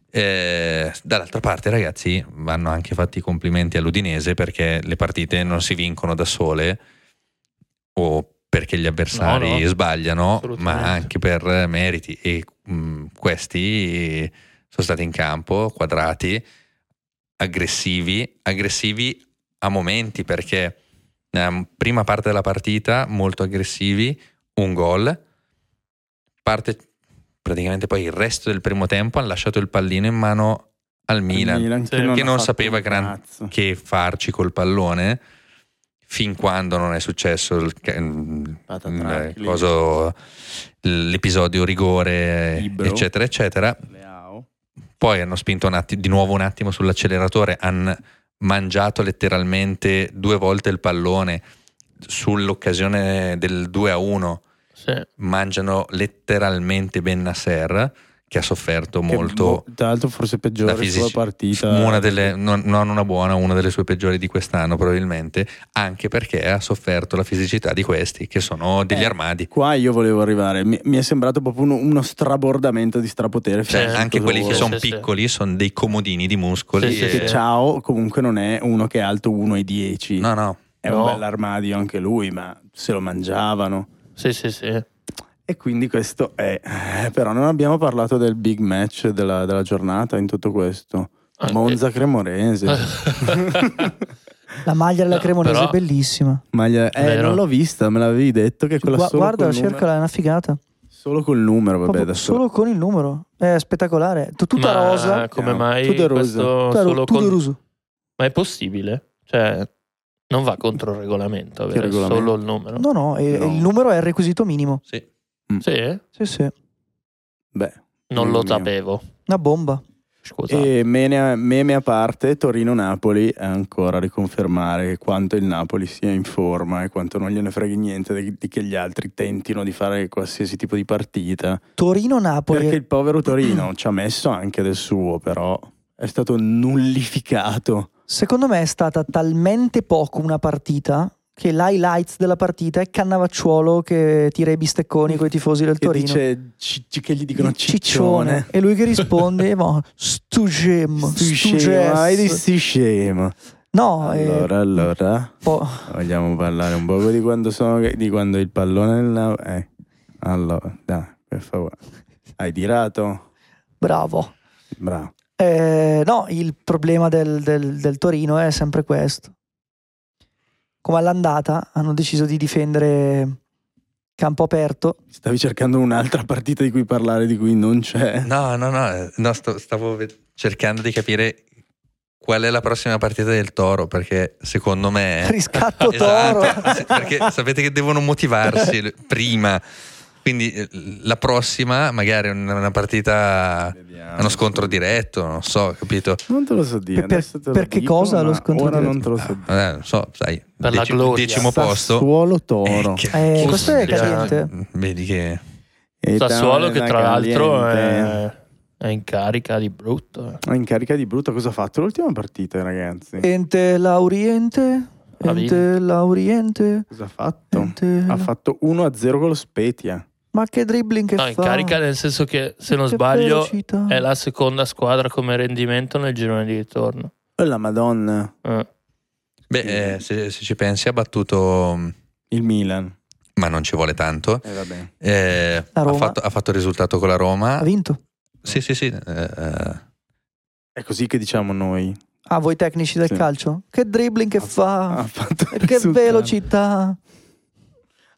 S3: Eh, dall'altra parte, ragazzi, vanno anche fatti i complimenti all'Udinese perché le partite non si vincono da sole o perché gli avversari
S4: No, no,
S3: sbagliano,
S4: assolutamente.
S3: ma anche per meriti. E mh, questi sono stati in campo, quadrati, aggressivi, aggressivi a momenti perché ehm, prima parte della partita molto aggressivi, un gol, parte praticamente poi il resto del primo tempo hanno lasciato il pallino in mano al Milan,
S4: Sì.
S3: che
S2: ha
S3: non
S2: fatto
S3: sapeva
S2: un
S3: gran-
S2: cazzo.
S3: che farci col pallone fin quando non è successo il, ca- il-
S2: Patatrac,
S3: il coso- l'episodio rigore
S2: Libero.
S3: eh, eccetera eccetera
S2: Leao.
S3: poi hanno spinto un atti- di nuovo un attimo sull'acceleratore, hanno mangiato letteralmente due volte il pallone sull'occasione del 2 a 1,
S4: sì.
S3: mangiano letteralmente Bennasser che ha sofferto
S2: Che
S3: molto
S2: mo- tra l'altro forse peggiore
S3: la
S2: la
S3: fisici-
S2: sua partita.
S3: una delle, non, non una buona, una delle sue peggiori di quest'anno probabilmente, anche perché ha sofferto la fisicità di questi che sono degli
S2: Eh.
S3: armadi.
S2: Qua io volevo arrivare, mi, mi è sembrato proprio uno, uno strabordamento di strapotere.
S3: Cioè,
S4: Certo,
S3: anche quelli che
S4: sì,
S3: sono
S4: sì, sì.
S3: piccoli sono dei comodini di muscoli.
S4: Sì, sì,
S3: e-
S4: sì.
S2: Ciao, comunque non è uno che è alto 1,10.
S3: No, no,
S2: È
S4: No.
S2: un bell'armadio anche lui, ma se lo mangiavano.
S4: sì, sì, sì.
S2: E quindi questo è. eh, Però non abbiamo parlato del big match della, della giornata in tutto questo. Monza
S4: <laughs>
S2: Cremorese.
S1: La maglia della
S4: No,
S1: Cremonese
S4: però-
S1: è bellissima.
S2: <laughs> Maglia- eh,
S4: Vero.
S2: non l'ho vista, me l'avevi detto che quella
S1: Gua-
S2: solo
S1: guarda,
S2: col numero.
S1: cercala, è una figata.
S2: Solo col numero, vabbè,
S1: Proprio
S2: da
S1: solo con il numero. È spettacolare. Tut- Tutta
S4: Ma
S1: rosa.
S4: Come
S2: No,
S4: mai
S2: tutto è rosa.
S4: questo
S1: Tutta
S4: solo
S1: ro- tutto
S4: con-
S1: ruso.
S4: Ma è possibile? Cioè, non va contro il regolamento avere
S2: Che regolamento?
S4: solo il numero.
S1: No, no, e-
S2: No.
S1: e il numero è il requisito minimo.
S3: sì.
S4: Sì,
S1: Sì, sì.
S2: Beh,
S4: non
S2: Dio
S4: lo
S2: mio.
S4: sapevo.
S1: Una bomba.
S4: Scusa.
S2: E mene, meme a parte, Torino-Napoli è ancora a riconfermare quanto il Napoli sia in forma e quanto non gliene freghi niente di, di che gli altri tentino di fare qualsiasi tipo di partita.
S1: Torino-Napoli.
S2: Perché il povero Torino ci ha messo anche del suo, però è stato nullificato.
S1: Secondo me è stata talmente poco una partita che l'highlights della partita è Cannavacciuolo che tira i bistecconi coi tifosi del
S2: Che
S1: Torino.
S2: dice ci- ci- che gli dicono ciccione.
S1: E lui che
S2: <laughs>
S1: risponde, mo, stu gem,
S2: Sti
S1: stu
S2: scemo,
S1: gess."
S2: hai di sti scemo.
S1: No, eh,
S2: Allora, allora,
S1: po-
S2: vogliamo parlare un po' di quando sono di quando il pallone è là? eh. Allora, dai, per favore. Hai tirato?
S1: bravo.
S2: Bravo.
S1: Eh, no, il problema del, del- del Torino è sempre questo. Come all'andata hanno deciso di difendere campo aperto.
S2: Stavi cercando un'altra partita di cui parlare di cui non c'è.
S3: No, no, no, no, sto- stavo ve- cercando di capire qual è la prossima partita del Toro, perché secondo
S1: <laughs>
S4: Eh,
S3: me...
S1: Riscatto
S4: <laughs>
S3: Esatto,
S1: Toro.
S3: se- perché sapete che devono motivarsi l- prima, quindi eh, la prossima magari è una una partita,
S2: Vediamo.
S3: uno scontro diretto, non so, capito?
S2: Non te lo so dire.
S1: Per- per-
S2: adesso te lo
S1: perché
S2: dico,
S1: cosa
S2: ma
S1: lo scontro
S2: Ora
S1: diretto?
S2: non te lo so dire.
S3: Eh, non so, sai,
S4: Per la
S3: decimo-
S4: gloria.
S3: decimo posto.
S2: Sassuolo
S3: Eh,
S2: Toro.
S3: che-
S1: Eh,
S4: questo è
S3: già-
S1: caliente.
S3: Vedi che...
S2: E
S4: Sassuolo che
S2: dai,
S4: tra l'altro
S2: caliente.
S4: è, è in carica di brutto. eh.
S2: Ma In carica di brutto cosa ha fatto? L'ultima partita, ragazzi.
S1: Ente l'Auriente.
S4: Ha
S1: Ente l'Auriente.
S2: Cosa ha fatto?
S1: Ente...
S2: Esatto. Ha fatto 1-0 con lo Spetia.
S1: Ma che dribbling che
S4: No,
S1: fa?
S4: in carica nel senso che se non
S1: Che
S4: sbaglio
S1: velocità.
S4: è la seconda squadra come rendimento nel girone di ritorno.
S2: Oh, la Madonna.
S4: Eh.
S3: Beh, eh, se, se ci pensi ha battuto, mh,
S2: Il Milan.
S3: ma non ci vuole tanto,
S2: Eh, vabbè.
S3: eh,
S1: La
S3: ha,
S1: Roma.
S3: fatto, ha fatto risultato con la Roma.
S1: Ha vinto.
S3: Sì, sì, sì. eh, eh,
S2: È così che diciamo noi.
S1: Ah, voi tecnici del
S2: Sì.
S1: calcio? Che dribbling che
S2: Ha- Ha
S1: fa?
S2: fatto il
S1: Ah, Che
S2: risultato.
S1: velocità.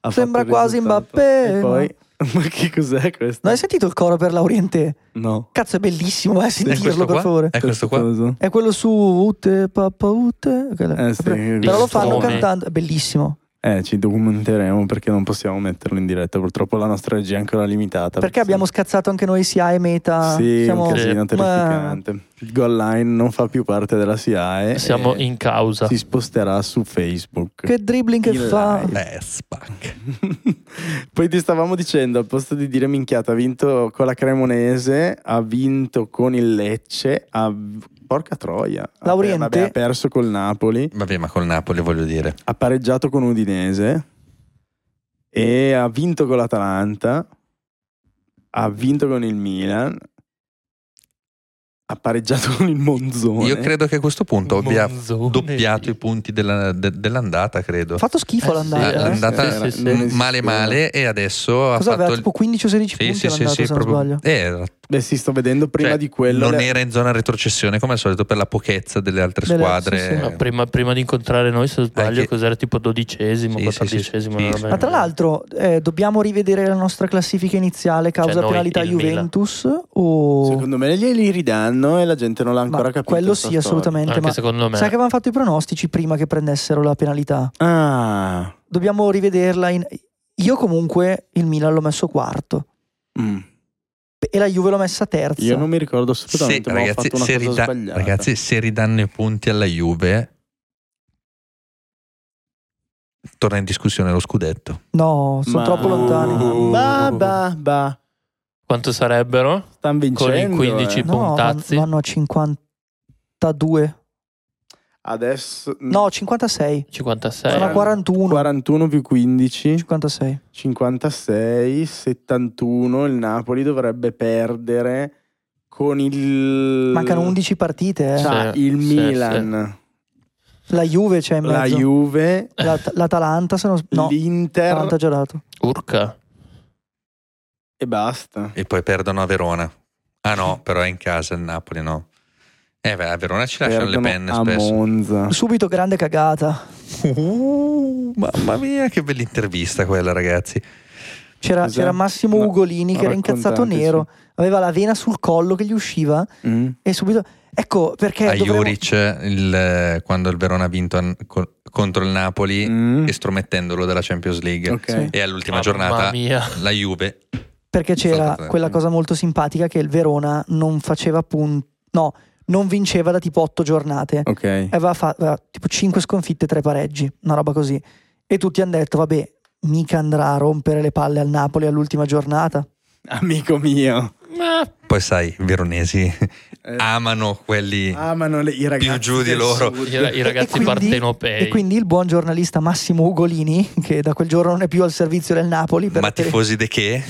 S2: Ha
S1: sembra
S2: fatto il
S1: quasi
S2: risultato.
S1: Mbappé,
S2: E poi... <laughs> Ma che cos'è questo?
S1: Non hai sentito il coro per l'Auriente?
S2: No.
S1: Cazzo, è bellissimo, vai a
S3: è questo
S1: sentirlo per
S3: qua?
S1: favore.
S4: Ecco.
S3: È questo qua?
S2: Cosa?
S1: È quello su Ute, Papa Ute. quello-
S2: Eh, sì,
S1: Però lo fanno
S4: Come?
S1: cantando. È bellissimo.
S2: Eh, ci documenteremo perché non possiamo metterlo in diretta. Purtroppo la nostra regia è ancora limitata.
S1: Perché abbiamo scazzato anche noi SIA e Meta.
S2: Sì,
S1: Siamo-
S2: un casino
S1: Ma-
S2: terrificante. Il goal line non fa più parte della
S3: Eh,
S2: SIAE.
S4: Siamo
S2: e eh,
S4: in causa.
S2: Si sposterà su Facebook.
S1: Che dribbling che
S2: Il
S1: fa?
S2: live.
S3: Eh,
S2: <laughs>
S3: spac.
S2: Poi ti stavamo dicendo, al posto di dire minchiata, ha vinto con la Cremonese, ha vinto con il Lecce, ha... porca troia. Ha-
S1: Lauriente.
S2: vabbè, ha perso col Napoli,
S3: Vabbè, ma col Napoli voglio dire.
S2: ha pareggiato con Udinese e ha vinto con l'Atalanta, ha vinto con il Milan, ha pareggiato con il Monzone.
S3: Io credo che a questo punto abbia
S4: Monzone.
S3: doppiato i punti della- de- dell'andata, credo.
S1: Ha fatto schifo
S4: Eh,
S1: l'andata.
S4: sì,
S1: eh.
S4: eh.
S3: l'andata
S4: Sì, sì, sì.
S3: m- male male e adesso ha
S1: Cosa
S3: fatto...
S1: aveva
S3: il-
S1: tipo 15 o 16
S3: Sì,
S1: punti
S3: sì, sì,
S1: l'andata,
S3: sì,
S1: se non
S3: proprio...
S1: sbaglio.
S3: Eh, era-
S2: Beh, sì, sto vedendo prima
S3: cioè,
S2: di quello...
S3: non
S2: le-
S3: era in zona retrocessione come al solito per la pochezza delle altre
S1: Delle-
S3: squadre.
S1: sì, sì.
S4: No, prima, prima di incontrare noi, se non sbaglio,
S3: eh. Anche-
S4: cos'era tipo dodicesimo,
S3: Sì, sì, sì,
S4: quattordicesimo.
S3: sì, sì.
S4: una roba
S1: Ma tra
S4: del genere.
S1: l'altro eh, dobbiamo rivedere la nostra classifica iniziale causa
S4: Cioè, noi,
S1: penalità
S4: il Milan.
S1: Juventus o
S2: Secondo me glieli ridanno e la gente non l'ha ancora
S1: Oh. Ma
S2: capito.
S1: quello
S2: sta
S1: sì
S2: storia.
S1: assolutamente,
S4: Anche
S1: ma
S4: secondo me.
S1: sai che avevano fatto i pronostici prima che prendessero la penalità.
S2: Ah,
S1: Dobbiamo rivederla in- io comunque il Milan l'ho messo quarto
S2: mm.
S1: e la Juve l'ho messa terza.
S2: io non mi ricordo
S3: Se,
S2: assolutamente. ma ho
S3: ragazzi,
S2: fatto una
S3: se
S2: cosa
S3: rida-
S2: sbagliata.
S3: ragazzi, se ridanno i punti alla Juve, torna in discussione lo scudetto.
S1: No, sono
S2: Ma- uh.
S1: troppo lontani.
S2: Ba, ba, ba.
S4: Quanto sarebbero?
S2: Stanno vincendo.
S4: Con i 15
S2: eh.
S1: No, van-
S4: Puntazzi.
S1: vanno a 52.
S2: Adesso mm,
S1: No, 56.
S4: 56.
S1: Sono a 41,
S2: 41 più 15,
S1: 56.
S2: 56, 71. Il Napoli dovrebbe perdere con il.
S1: Mancano 11 partite, eh.
S2: C'ha
S4: Sì,
S2: il
S4: sì,
S2: Milan,
S1: La Juve c'è in
S2: la
S1: mezzo.
S2: Juve,
S1: L'At- L'Atalanta, se non s- no,
S2: l'Inter
S1: l'Atalanta ha già dato.
S4: Urca.
S2: e basta.
S3: E poi perdono a Verona. Ah no, però è in casa il Napoli, no. Eh, beh, a Verona ci lasciano le
S2: Perdono
S3: penne
S2: a
S3: spesso.
S2: Monza.
S1: Subito grande cagata.
S3: Uh, mamma mia, che bella intervista quella, ragazzi.
S1: C'era,
S2: Esatto.
S1: c'era Massimo
S2: Ma-
S1: Ugolini che era incazzato
S2: raccontanti,
S1: nero, aveva la vena sul collo che gli usciva
S2: Mm.
S1: e subito... Ecco
S2: Eh,
S1: perché...
S3: a
S1: dovremmo-
S3: Juric, il, eh, quando il Verona ha vinto an- co- contro il Napoli,
S2: Mm.
S3: estromettendolo dalla Champions League.
S2: Ok.
S3: E all'ultima
S4: Ah, Mamma
S3: giornata
S4: mia.
S3: la Juve
S1: Perché c'era
S3: Saltate.
S1: quella cosa molto simpatica che il Verona non faceva punti. No, non vinceva da tipo 8 giornate.
S2: Ok.
S1: E aveva fatto aveva tipo 5 sconfitte e 3 pareggi, una roba così. E tutti hanno detto, vabbè, mica andrà a rompere le palle al Napoli all'ultima giornata.
S2: <laughs> Amico mio.
S4: Ma
S3: Poi sai, i veronesi
S1: <laughs>
S2: Eh,
S3: amano quelli.
S1: Ah,
S2: amano le- i ragazzi.
S3: giù di
S2: del
S3: loro.
S2: sud.
S4: i, ra- i
S1: E-
S4: ragazzi
S1: e quindi-
S4: partenopei.
S1: E quindi il buon giornalista Massimo Ugolini, che da quel giorno non è più al servizio del Napoli, per
S3: ma
S1: tele-
S3: tifosi de che?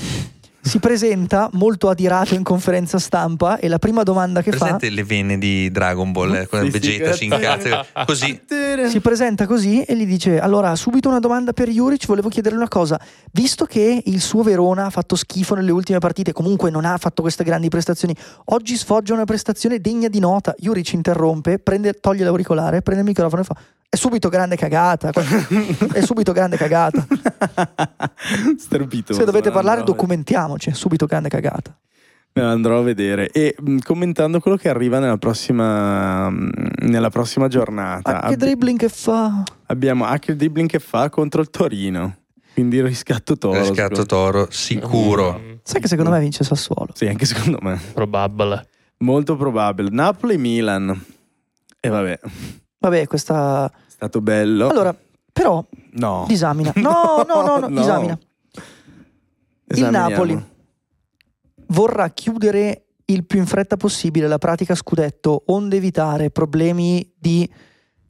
S1: si presenta molto adirato in conferenza stampa e la prima domanda che Mm.
S3: Presente le vene di Dragon Ball, eh, quella
S2: Sì, sì,
S3: Vegeta si
S2: grazie.
S1: <laughs>
S3: incazza così.
S1: fa, si presenta così e gli dice, allora subito una domanda per Juric, volevo chiederle una cosa, visto che il suo Verona ha fatto schifo nelle ultime partite, comunque non ha fatto queste grandi prestazioni, oggi sfoggia una prestazione degna di nota, Juric interrompe, prende- toglie l'auricolare, prende il microfono e fa, è subito grande cagata, è subito grande cagata.
S2: <laughs> Stupito.
S1: Se dovete
S2: Me
S1: parlare,
S2: l'andrò a-
S1: documentiamoci. Subito grande cagata.
S2: Me l'andrò a vedere. E mh, commentando quello che arriva nella prossima, mh, nella prossima giornata.
S1: Ma che
S2: Ab-
S1: dribbling che fa?
S2: abbiamo anche il dribbling che fa contro il Torino. Quindi riscatto Toro.
S3: Riscatto
S2: secondo-
S3: Toro, sicuro.
S4: Mm,
S1: Sai che secondo me vince il Sassuolo.
S2: Sì, anche secondo me.
S4: probabile.
S2: Molto probabile. Napoli-Milan. E vabbè, è
S1: Vabbè, questa.
S2: stato bello.
S1: Allora, però,
S2: no. <laughs>
S1: disamina. No, no, no, no, disamina. Il
S2: Esaminiamo.
S1: Napoli vorrà chiudere il più in fretta possibile la pratica scudetto, onde evitare problemi di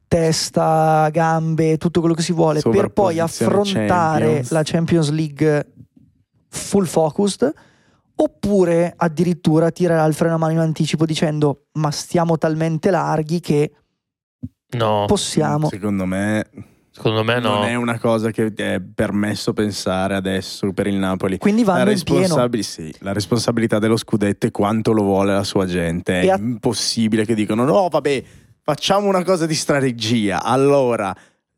S1: testa, gambe, tutto quello che si vuole, per poi
S2: Sovrapposizione
S1: affrontare
S2: Champions.
S1: la Champions League full focused, oppure addirittura tirerà il freno a mano in anticipo dicendo ma stiamo talmente larghi che
S2: Oh,
S4: No,
S1: possiamo...
S2: Secondo me
S4: secondo me Eh, no.
S2: non è una cosa che è permesso pensare adesso per il Napoli.
S1: Quindi
S2: La,
S1: vanno in pieno.
S2: responsabil- sì, la responsabilità dello scudetto è quanto lo vuole la sua gente. È
S1: E a-
S2: impossibile che dicano: no, vabbè, facciamo una cosa di strategia. Allora,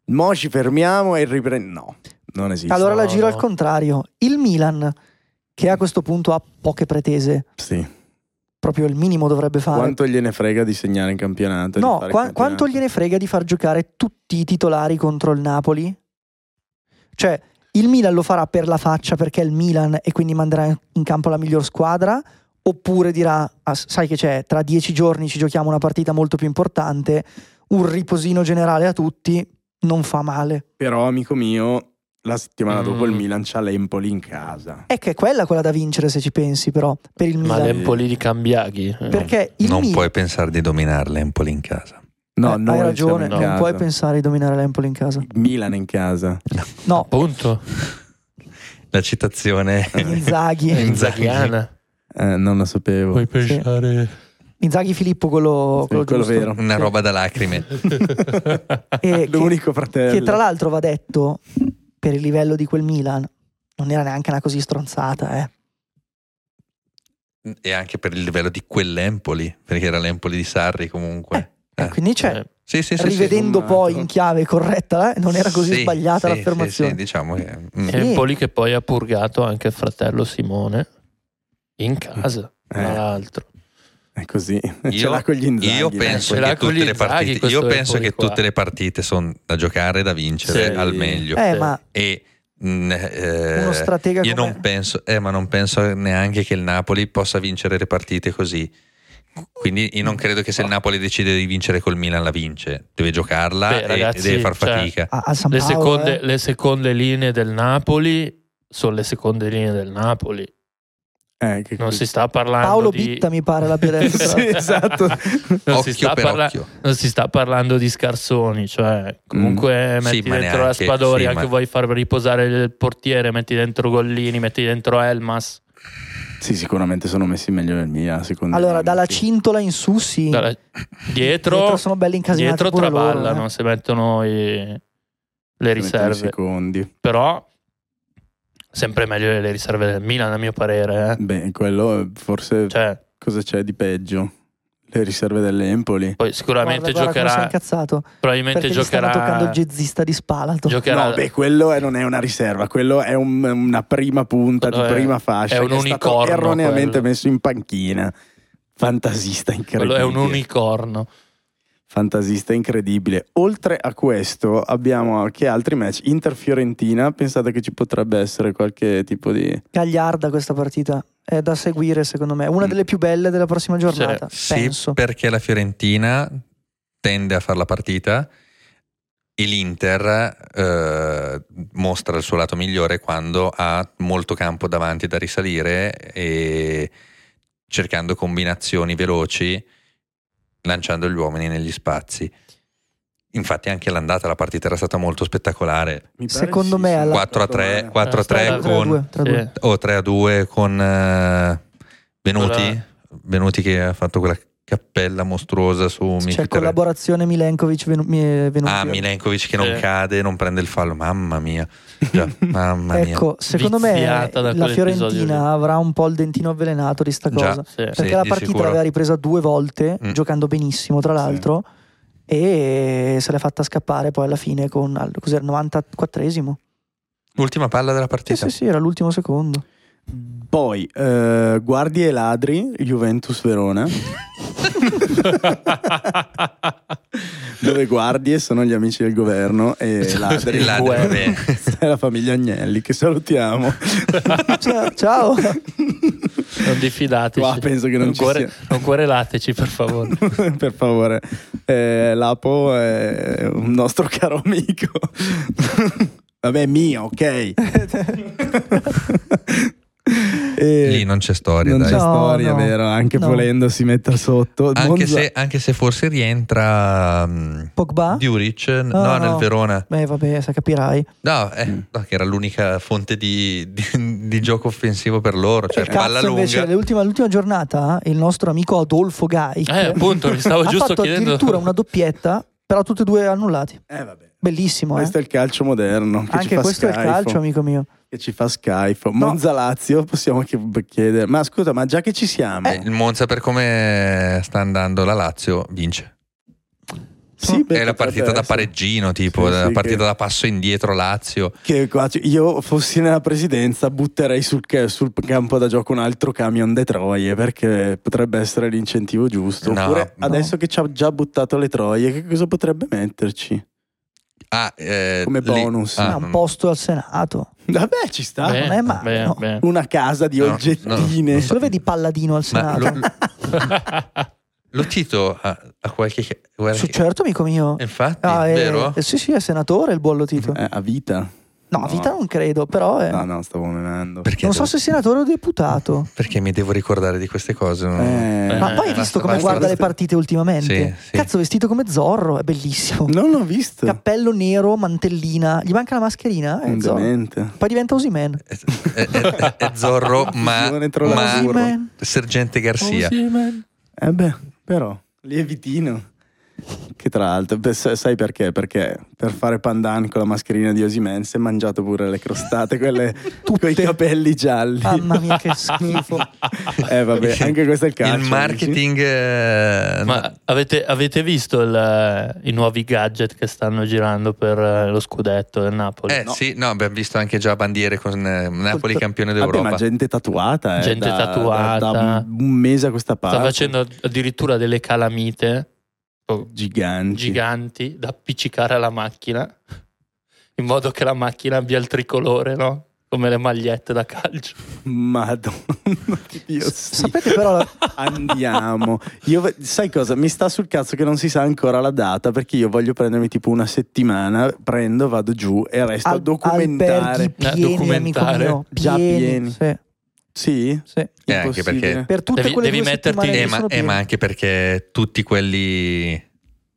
S2: mo ci fermiamo e riprendiamo. No, non esiste.
S1: Allora la giro
S4: No,
S1: al
S4: no.
S1: contrario. Il Milan, che a questo punto ha poche pretese,
S2: Sì.
S1: proprio il minimo dovrebbe fare.
S2: Quanto gliene frega di segnare in campionato? e di
S1: no,
S2: fare
S1: qua-
S2: il campionato?
S1: quanto gliene frega di far giocare tutti i titolari contro il Napoli? Cioè, il Milan lo farà per la faccia perché è il Milan e quindi manderà in campo la miglior squadra? Oppure dirà, "Ah, s- sai che c'è, tra dieci giorni ci giochiamo una partita molto più importante, un riposino generale a tutti non fa male.
S2: Però, amico mio, la settimana dopo il
S4: Mm.
S2: Milan c'ha l'Empoli in casa.
S1: È che è quella quella da vincere se ci pensi però, per il
S4: Ma
S1: Milan.
S4: l'Empoli di Cambiaghi. eh.
S1: Perché il
S3: Non
S1: Milan...
S3: puoi pensare di dominarle un po' lì in casa.
S1: Eh,
S2: No, noi
S1: hai ragione,
S2: siamo in
S1: non
S2: casa.
S1: puoi pensare di dominare l'Empoli in casa.
S2: Milan in casa.
S3: <laughs>
S1: No,
S4: Punto.
S3: La
S1: <laughs>
S3: citazione
S1: Eh. Inzaghi,
S4: Inzaghiana.
S2: Eh, non lo sapevo. <laughs>
S4: Puoi pensare.
S1: Inzaghi Filippo quello,
S2: Sì,
S1: quello
S2: quello
S1: giusto.
S2: vero.
S3: <laughs> una roba da lacrime.
S1: E
S2: <laughs>
S1: che,
S2: L'unico fratello.
S1: che tra l'altro va detto per il livello di quel Milan non era neanche una così stronzata, eh.
S3: E anche per il livello di quell'Empoli, perché era l'Empoli di Sarri comunque.
S1: Eh,
S3: Eh.
S1: quindi cioè,
S4: Eh,
S3: Sì, sì, sì. sì.
S1: rivedendo
S2: sommato.
S1: poi in chiave corretta, eh, non era così
S3: Sì,
S1: sbagliata
S3: sì,
S1: l'affermazione.
S3: Sì, sì, diciamo che... mm.
S1: Sì.
S4: Empoli che poi ha purgato anche il fratello Simone in casa, tra
S2: Eh.
S4: l'altro.
S2: È così. <laughs> Ce
S3: Io-
S2: l'ha con gli inzaghi. eh,
S3: Io
S1: eh,
S2: dai.
S3: penso
S4: Ce l'ha
S3: che
S4: con
S3: tutte
S4: gli
S3: le
S4: Inzaghi
S3: partite, io
S4: questo
S3: penso
S4: Empoli
S3: che
S4: qua.
S3: tutte le partite sono da giocare e da vincere
S4: Sì.
S3: al meglio.
S1: Eh,
S4: Sì.
S1: ma
S3: E mm, eh,
S1: uno stratega
S3: io
S1: come
S3: non penso, eh, ma non penso neanche che il Napoli possa vincere le partite così. Quindi io non credo che se il Napoli decide di vincere col Milan la vince, deve giocarla
S4: Beh,
S3: e-
S4: ragazzi,
S3: e deve far
S4: cioè,
S3: fatica.
S1: a, a San
S4: Le
S1: Paolo,
S4: seconde,
S1: eh.
S4: le seconde linee del Napoli sono le seconde linee del Napoli.
S2: Eh, che
S4: Non
S2: così.
S4: si sta parlando
S1: Paolo
S4: di...
S1: Bitta mi pare l'abbia detto.
S2: <laughs> Sì,
S4: <laughs>
S2: esatto.
S4: non si
S3: occhio
S4: sta
S3: per
S4: parla-
S3: occhio.
S4: non si sta parlando di scarsoni, cioè comunque
S3: Mm.
S4: metti
S3: Sì, ma
S4: dentro la
S3: neanche-
S4: Spadori,
S3: sì,
S4: anche
S3: ma-
S4: vuoi far riposare il portiere, metti dentro Gollini, metti dentro Elmas.
S2: Sì, sicuramente sono messi meglio del Milan, secondo
S1: Allora,
S2: me.
S1: dalla cintola in su sì.
S4: Dalla- Dietro,
S1: Dietro
S4: dietro,
S1: sono belli incasinati pure loro,
S4: traballano,
S1: eh.
S4: se mettono i- le
S2: Ci mettono i
S4: riserve.
S2: secondi.
S4: Però sempre meglio delle riserve del Milan a mio parere. eh.
S2: Beh, quello è forse
S4: Cioè,
S2: cosa c'è di peggio? Le riserve dell'Empoli.
S4: poi sicuramente
S1: Guarda, guarda come si è
S4: giocherà,
S1: incazzato.
S4: probabilmente
S1: Perché gli stanno toccando
S4: giocherà,
S1: il jazzista di Spalato.
S4: giocherà
S2: No, beh, quello è- non è una riserva, quello è un- una prima punta di
S4: Quello è-
S2: prima fascia.
S4: Eh, è un
S2: che stato
S4: unicorno,
S2: erroneamente
S4: quello.
S2: messo in panchina. Fantasista incredibile.
S4: quello è un unicorno.
S2: Fantasista incredibile. Oltre a questo, abbiamo anche altri match. Inter Fiorentina, pensate che ci potrebbe essere qualche tipo di.
S1: Gagliarda questa partita. è da seguire secondo me, una
S3: Mm.
S1: delle più belle della prossima giornata,
S3: Sì,
S1: penso.
S3: perché la Fiorentina tende a fare la partita e l'Inter eh, mostra il suo lato migliore quando ha molto campo davanti da risalire e cercando combinazioni veloci, lanciando gli uomini negli spazi. Infatti anche l'andata la partita era stata molto spettacolare,
S2: Mi pare
S1: Secondo me alla-
S3: 4 a 3, 4 a
S4: Era
S3: 3
S4: stata-
S3: con
S1: Tra due,
S4: Sì.
S3: o 3 a 2 con eh, Venuti,
S4: Quella-
S3: Venuti che ha fatto quella cappella mostruosa su
S1: C'è
S3: Mkhitaryan.
S1: collaborazione Milenkovic Venu- Mi- Venuti.
S3: Ah, Milenkovic che non
S4: Sì.
S3: cade, non prende il fallo, mamma mia.
S1: <laughs>
S3: Già, mamma mia.
S1: Ecco, secondo me
S4: Viziata da
S1: la
S4: quell'episodio
S1: Fiorentina
S4: lì.
S1: avrà un po' il dentino avvelenato di sta
S3: Già.
S1: cosa.
S4: Sì. <laughs>
S1: Perché
S3: Sì,
S1: la
S3: di
S1: partita
S3: sicuro.
S1: l'aveva ripresa due volte,
S3: Mm.
S1: giocando benissimo tra l'altro, e se l'è fatta scappare poi alla fine con al- cos'era, il 94esimo.
S3: Ultima palla della
S1: Sì,
S3: partita.
S1: sì, sì, era l'ultimo secondo.
S3: <laughs>
S2: Poi, eh, guardi e ladri, Juventus
S4: <laughs>
S2: Verona, dove guardie sono gli amici del governo e
S4: Esatto.
S2: ladri,
S3: Il ladro,
S4: Guerra.
S1: <laughs>
S2: <laughs>
S3: vabbè.
S2: è la famiglia Agnelli, che salutiamo.
S1: Ciao, ciao.
S4: Non diffidateci.
S2: Qua Ah, penso che non ci
S4: cuore- non querelateci,
S1: <laughs>
S4: per favore.
S2: <laughs> per favore. Eh, Lapo è un nostro caro
S1: <laughs>
S2: amico. Vabbè, mio, ok. <laughs> E-
S3: Lì non c'è storia,
S2: non
S3: dai.
S2: c'è
S1: No,
S2: storia,
S1: no.
S2: vero? Anche
S1: No.
S2: volendo si metta sotto.
S3: Anche
S2: Monza-
S3: se, anche se forse rientra mm,
S1: Pogba?
S3: Djuric, no, nel
S1: Ah? no.
S3: Verona.
S1: Beh, vabbè, se capirai.
S3: No, eh,
S2: Mm.
S3: no, che era l'unica fonte di, di- di gioco offensivo per loro. Cioè,
S1: Eh, cazzo,
S3: palla lunga.
S1: invece, l'ultima, l'ultima giornata, eh, il nostro amico Adolfo Gai
S4: Eh, appunto, mi stavo
S1: <laughs> ha
S4: giusto
S1: fatto
S4: chiedendo.
S1: addirittura una doppietta, però tutti e due annullati.
S2: Eh, vabbè.
S1: Bellissimo, eh.
S2: Questo è il calcio moderno. Che ci
S1: Anche
S2: fa
S1: questo è il
S2: schifo.
S1: calcio, amico mio.
S2: Che ci fa schifo. Monza Lazio, possiamo anche chiedere. Ma scusa, ma già che ci siamo,
S3: Il Monza, per come sta andando la Lazio, vince.
S2: Sì, beh,
S3: è
S2: potrebbe
S3: la partita da
S2: essere.
S3: pareggino, tipo,
S2: Sì,
S3: la
S2: sì,
S3: partita
S2: che-
S3: da passo indietro Lazio.
S2: Che qua- io fossi nella presidenza, butterei sul, ca- sul campo da gioco un altro camion de troie perché potrebbe essere l'incentivo giusto.
S3: No,
S2: Oppure
S3: no.
S2: adesso che ci ha già buttato le troie, che cosa potrebbe metterci?
S3: Ah, eh,
S2: Come
S3: lì-
S2: bonus.
S3: ah,
S1: Ma un posto al Senato.
S2: Vabbè, ci sta.
S1: Beh. non è male,
S4: beh,
S1: no. <laughs>
S4: beh.
S2: Una casa di
S3: No,
S2: oggettine.
S3: no,
S1: Se lo vedi Palladino al
S3: Ma
S1: Senato?
S3: lo, lo Tito ha, ha qualche. guarda
S1: Su,
S3: che-
S1: certo, amico mio.
S3: Infatti,
S1: Ah, è-
S3: Eh, vero?
S1: eh, sì, sì, è senatore il buon Lotito.
S2: Eh, a vita.
S1: No, a vita non credo, però è-
S2: No, no, stavo menando.
S3: Perché,
S1: non so
S3: devo-
S1: se è senatore o deputato.
S3: perché mi devo ricordare di queste cose? no?
S2: Eh,
S1: Ma poi hai
S3: basta,
S1: visto come
S3: basta,
S1: guarda le
S2: basta.
S1: partite ultimamente?
S3: Sì, sì.
S1: Cazzo, vestito come Zorro, è bellissimo.
S2: Non l'ho visto.
S1: Cappello nero, mantellina. Gli manca la mascherina? È
S2: Un
S1: Zorro.
S2: demente.
S1: Poi diventa Osimen.
S3: È, è- è- è
S2: <laughs>
S3: Zorro, ma,
S2: Fusione tra la
S3: ma
S2: Zorro.
S1: Osimen.
S3: Sergente Garcia.
S2: Eh beh, però, lievitino. Che tra l'altro, beh, sa- sai perché? Perché per fare pandan con la mascherina di Osimen si è mangiato pure le crostate, quelle con i capelli gialli.
S1: Mamma mia, Ah,
S2: <laughs>
S1: che schifo.
S2: eh vabbè, anche questo è il calcio.
S3: Il
S2: amici.
S3: marketing. eh,
S4: <laughs> Ma avete, avete visto il- eh, i nuovi gadget che stanno girando per eh, lo scudetto del Napoli?
S3: Eh
S2: no.
S3: sì, no, abbiamo visto anche già bandiere con eh, Napoli
S1: Col-
S3: campione
S2: Vabbè, ma
S3: d'Europa.
S2: gente tatuata, eh,
S4: Gente
S2: da-
S4: tatuata.
S2: da, da un mese a questa parte.
S4: Sta facendo addirittura delle calamite oh,
S2: giganti.
S4: giganti da appiccicare alla macchina <laughs> in modo che la macchina abbia il tricolore, no? Come le magliette da calcio.
S2: Madonna, <laughs> che Dio. sì.
S1: Sapete però, la-
S2: Andiamo. Io, ve- sai cosa? Mi sta sul cazzo che non si sa ancora la data perché io voglio prendermi tipo una settimana, prendo, vado giù e resto a
S1: al-
S2: documentare.
S1: alberghi
S4: Eh,
S1: pieni, amico
S4: documentare.
S1: mio.
S2: Già
S1: Pieni,
S2: pieni.
S1: Sì,
S2: Sì?
S1: sì.
S3: Eh, anche
S2: Impossibile.
S3: perché-
S1: Per tutte
S4: Devi-
S1: quelle
S4: devi
S1: due
S4: metterti-
S1: settimane
S3: Eh,
S1: che
S3: ma,
S1: sono
S3: eh, ma
S1: piene.
S3: anche perché tutti quelli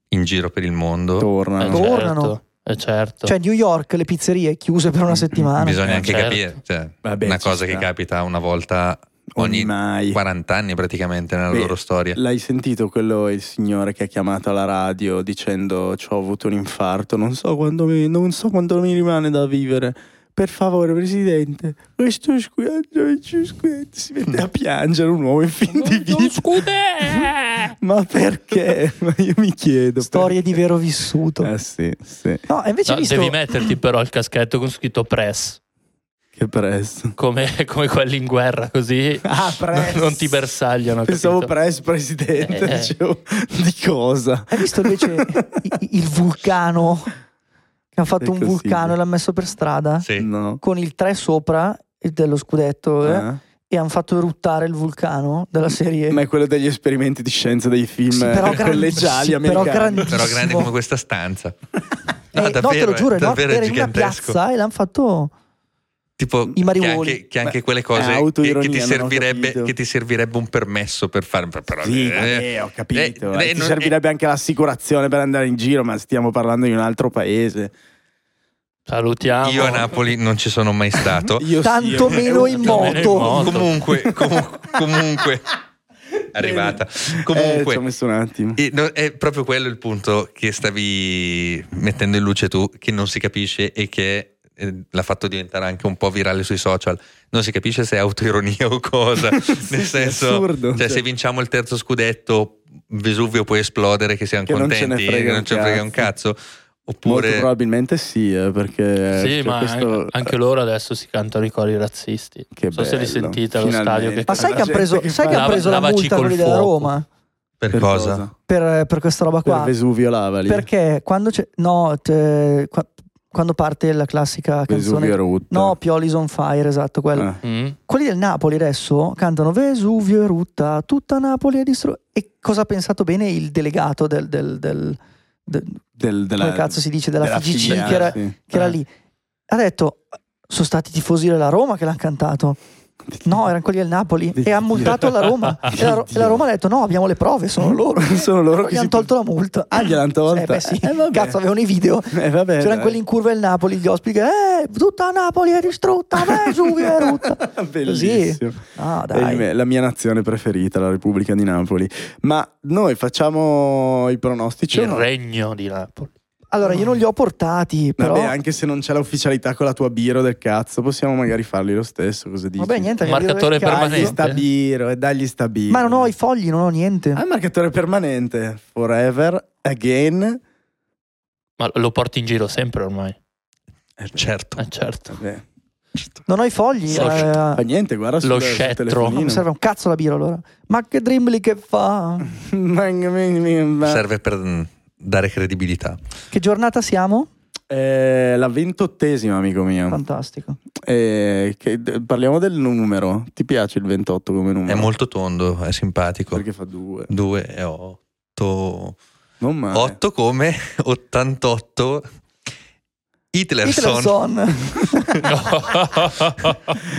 S3: in giro per il mondo
S4: Eh,
S2: Tornano.
S1: Tor-
S4: certo,
S1: Tornano.
S4: eh, certo.
S1: Cioè, New York, le pizzerie chiuse per una settimana.
S3: Ah, bisogna
S4: Eh,
S3: anche
S4: certo.
S3: capire. cioè,
S2: Vabbè,
S3: una
S2: ci
S3: cosa
S2: sta.
S3: che capita una volta ogni
S2: mai.
S3: 40 anni praticamente nella
S2: Beh,
S3: loro storia.
S2: L'hai sentito quello, il signore che ha chiamato alla radio dicendo ci ho avuto un infarto, non so quando mi, non so quanto mi rimane da vivere. Per favore, presidente, questo squadro si mette a piangere un uomo in fin di vita. <laughs> Ma
S1: <laughs>
S2: perché? Ma io mi chiedo.
S1: Storie di vero vissuto.
S2: Eh sì, sì,
S1: No, e invece
S4: No,
S1: hai visto...
S4: Devi metterti però il caschetto con scritto press,
S2: che presto.
S4: come, <laughs> come quelli in guerra, così
S2: Ah, press.
S4: <laughs> non ti bersagliano.
S2: Pensavo
S4: capito?
S2: pres presidente,
S4: Eh.
S2: dicevo, di cosa?
S1: Hai visto invece
S2: <laughs>
S1: i- i- il vulcano? Che hanno fatto
S2: Che
S1: un
S2: così.
S1: vulcano e l'hanno messo per strada
S3: Sì.
S2: No.
S1: con il 3 sopra dello scudetto eh,
S2: Ah.
S1: e hanno fatto eruttare il vulcano della serie.
S2: Ma è quello degli esperimenti di scienza dei film
S1: Sì,
S2: eh,
S1: grandi-
S2: collegiali
S1: sì, però
S2: americani.
S1: grandissimo.
S3: Però grande come
S2: <laughs>
S3: questa stanza.
S1: Eh,
S3: No, davvero,
S1: te lo giuro,
S3: è,
S1: no,
S3: davvero
S1: era
S3: è
S1: in una
S3: gigantesco.
S1: piazza e l'hanno fatto
S3: Tipo,
S1: I
S3: che
S1: mariuoli.
S3: anche, che anche
S2: Beh,
S3: quelle
S2: è
S3: cose che- che,
S2: autoironia,
S3: ti
S2: non ho capito.
S3: servirebbe, che ti servirebbe un permesso per fare. Però,
S2: Sì,
S3: eh,
S2: vabbè, ho capito.
S3: eh,
S2: eh,
S3: eh,
S2: Ti
S3: non-
S2: servirebbe anche l'assicurazione per andare in giro, ma stiamo parlando di un altro paese.
S4: Salutiamo.
S3: Io a Napoli non ci
S2: <laughs>
S3: sono mai stato.
S2: Io
S1: tanto
S2: eh,
S1: meno in
S4: tanto meno in
S1: moto.
S4: moto.
S3: comunque, comu-
S2: <laughs>
S3: comunque, arrivata.
S2: Eh, ci ho
S3: Comunque,
S2: messo un attimo.
S3: e no- è proprio quello il punto che stavi mettendo in luce tu, che non si capisce e che eh, l'ha fatto diventare anche un po' virale sui social. Non si capisce se è autoironia o
S2: <laughs>
S3: cosa. Nel
S2: Sì, è
S3: senso,
S2: assurdo,
S3: cioè,
S2: cioè.
S3: se vinciamo il terzo scudetto, Vesuvio può esplodere, che siamo
S2: Che non ce ne
S3: contenti,
S2: frega
S3: che
S2: un
S3: non ce ne frega un cazzo.
S2: Molto
S3: Oppure,
S2: probabilmente sì, eh, perché
S4: Sì,
S2: cioè,
S4: ma
S2: questo-
S4: anche, anche loro adesso si cantano i cori razzisti.
S2: Che
S4: non so se
S2: bello,
S4: li sentite allo
S2: finalmente.
S4: stadio. Che
S1: Ma sai
S2: La
S1: che hanno
S2: gente
S1: preso,
S2: che
S1: sai
S2: fa-
S1: che han preso la
S4: Lavaci
S1: multa
S4: col
S1: quelli della
S4: fuoco.
S1: Roma
S3: per,
S2: Per
S3: cosa?
S1: per, per questa roba
S2: Per
S1: qua?
S2: Vesuvio Lavali.
S1: Perché quando c'è no, te- qua- quando parte la classica canzone
S2: Vesuvio Rutta.
S1: No, Pioli's on fire, esatto, quello.
S2: Ah.
S4: Mm?
S1: Quelli del Napoli adesso cantano Vesuvio e Rutta, tutta Napoli è distrutta. E cosa ha pensato bene il delegato del, del- del- del-
S2: Del, della,
S1: come cazzo si dice, della,
S2: della
S1: FIGC
S2: filiale,
S1: che era,
S2: sì. Eh.
S1: che era lì? Ha detto, sono stati i tifosi della Roma che l'hanno cantato. No, erano quelli del Napoli e ha multato la Roma.
S2: <laughs>
S1: E la, e la Roma ha detto: No, abbiamo le prove, sono loro.
S2: Sono loro che
S1: Gli hanno
S2: si-
S1: tolto la multa.
S2: Ah, gliel'hanno tolta?
S1: Eh, beh, sì.
S2: <laughs> Eh, vabbè.
S1: Cazzo, avevano i video.
S2: <laughs> Eh, vabbè,
S1: C'erano
S2: dai.
S1: quelli in curva del Napoli, gli ospiti che eh, tutta Napoli è
S2: <laughs>
S1: distrutta, Vesuvio è rotta.
S2: Bellissimo.
S1: Ah,
S2: È il
S1: dai.
S2: me- la mia nazione preferita, la Repubblica di Napoli. Ma noi facciamo i pronostici. o
S4: Il
S2: no?
S4: regno di Napoli.
S1: Allora, io non li ho portati, però.
S2: Vabbè, anche se non c'è l'ufficialità con la tua biro del cazzo, possiamo magari farli lo stesso. Cosa dici?
S1: Vabbè, niente,
S4: Un
S1: andiamo a
S4: marcatore
S1: dire che-
S2: Dagli
S4: permanente.
S2: sta biro e dagli sta biro.
S1: Ma non ho i fogli, non ho niente.
S2: Ah, il marcatore permanente. Forever, again.
S4: Eh, Ma lo porti in giro sempre ormai.
S3: Eh, certo.
S4: Eh, certo.
S2: Vabbè. certo.
S1: Non ho i fogli.
S4: So-
S1: eh,
S2: Fa niente, guarda sul,
S4: Lo
S2: sul
S4: scettro.
S1: no, mi
S2: telefonino. <laughs>
S1: serve un cazzo la birra allora. Ma che dribbli che fa?
S2: Ma- ma- ma-
S3: Serve per mm, dare credibilità.
S1: Che giornata siamo?
S2: Eh, la ventottesima, amico mio.
S1: Fantastico.
S2: Eh, che- d- parliamo del numero. Ti piace il 28 come numero?
S3: È molto tondo, è simpatico.
S2: Perché fa due.
S3: 2 e 8.
S2: Non male. <laughs>
S3: 8 come 88 Hitlerson.
S1: Hitlerson.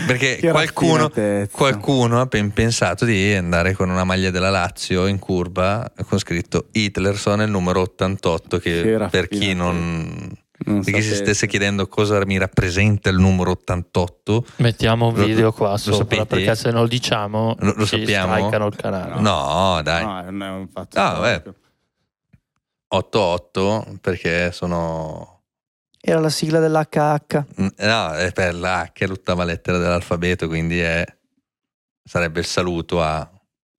S3: Perché
S2: Che
S3: qualcuno,
S2: raffinatezza.
S3: <laughs> qualcuno ha ben pensato di andare con una maglia della Lazio in curva con scritto Hitlerson è il numero 88
S2: Che
S3: che per chi
S2: raffinatezza.
S3: non...
S2: Non
S3: Per chi si
S2: sapete.
S3: stesse chiedendo cosa mi rappresenta il numero 88,
S4: Mettiamo un
S3: Lo-
S4: video qua
S3: lo
S4: sopra
S3: sapete?
S4: perché se non lo diciamo
S3: Lo- lo
S4: ci
S3: sappiamo?
S4: strikeano il canale. <laughs>
S3: no, dai,
S2: No, non è un fatto.
S3: Ah,
S2: storico.
S3: 88 perché sono
S1: Era la sigla dell'HH.
S3: Mm, No, è per la H, è l'ottava lettera dell'alfabeto, quindi è- sarebbe il saluto a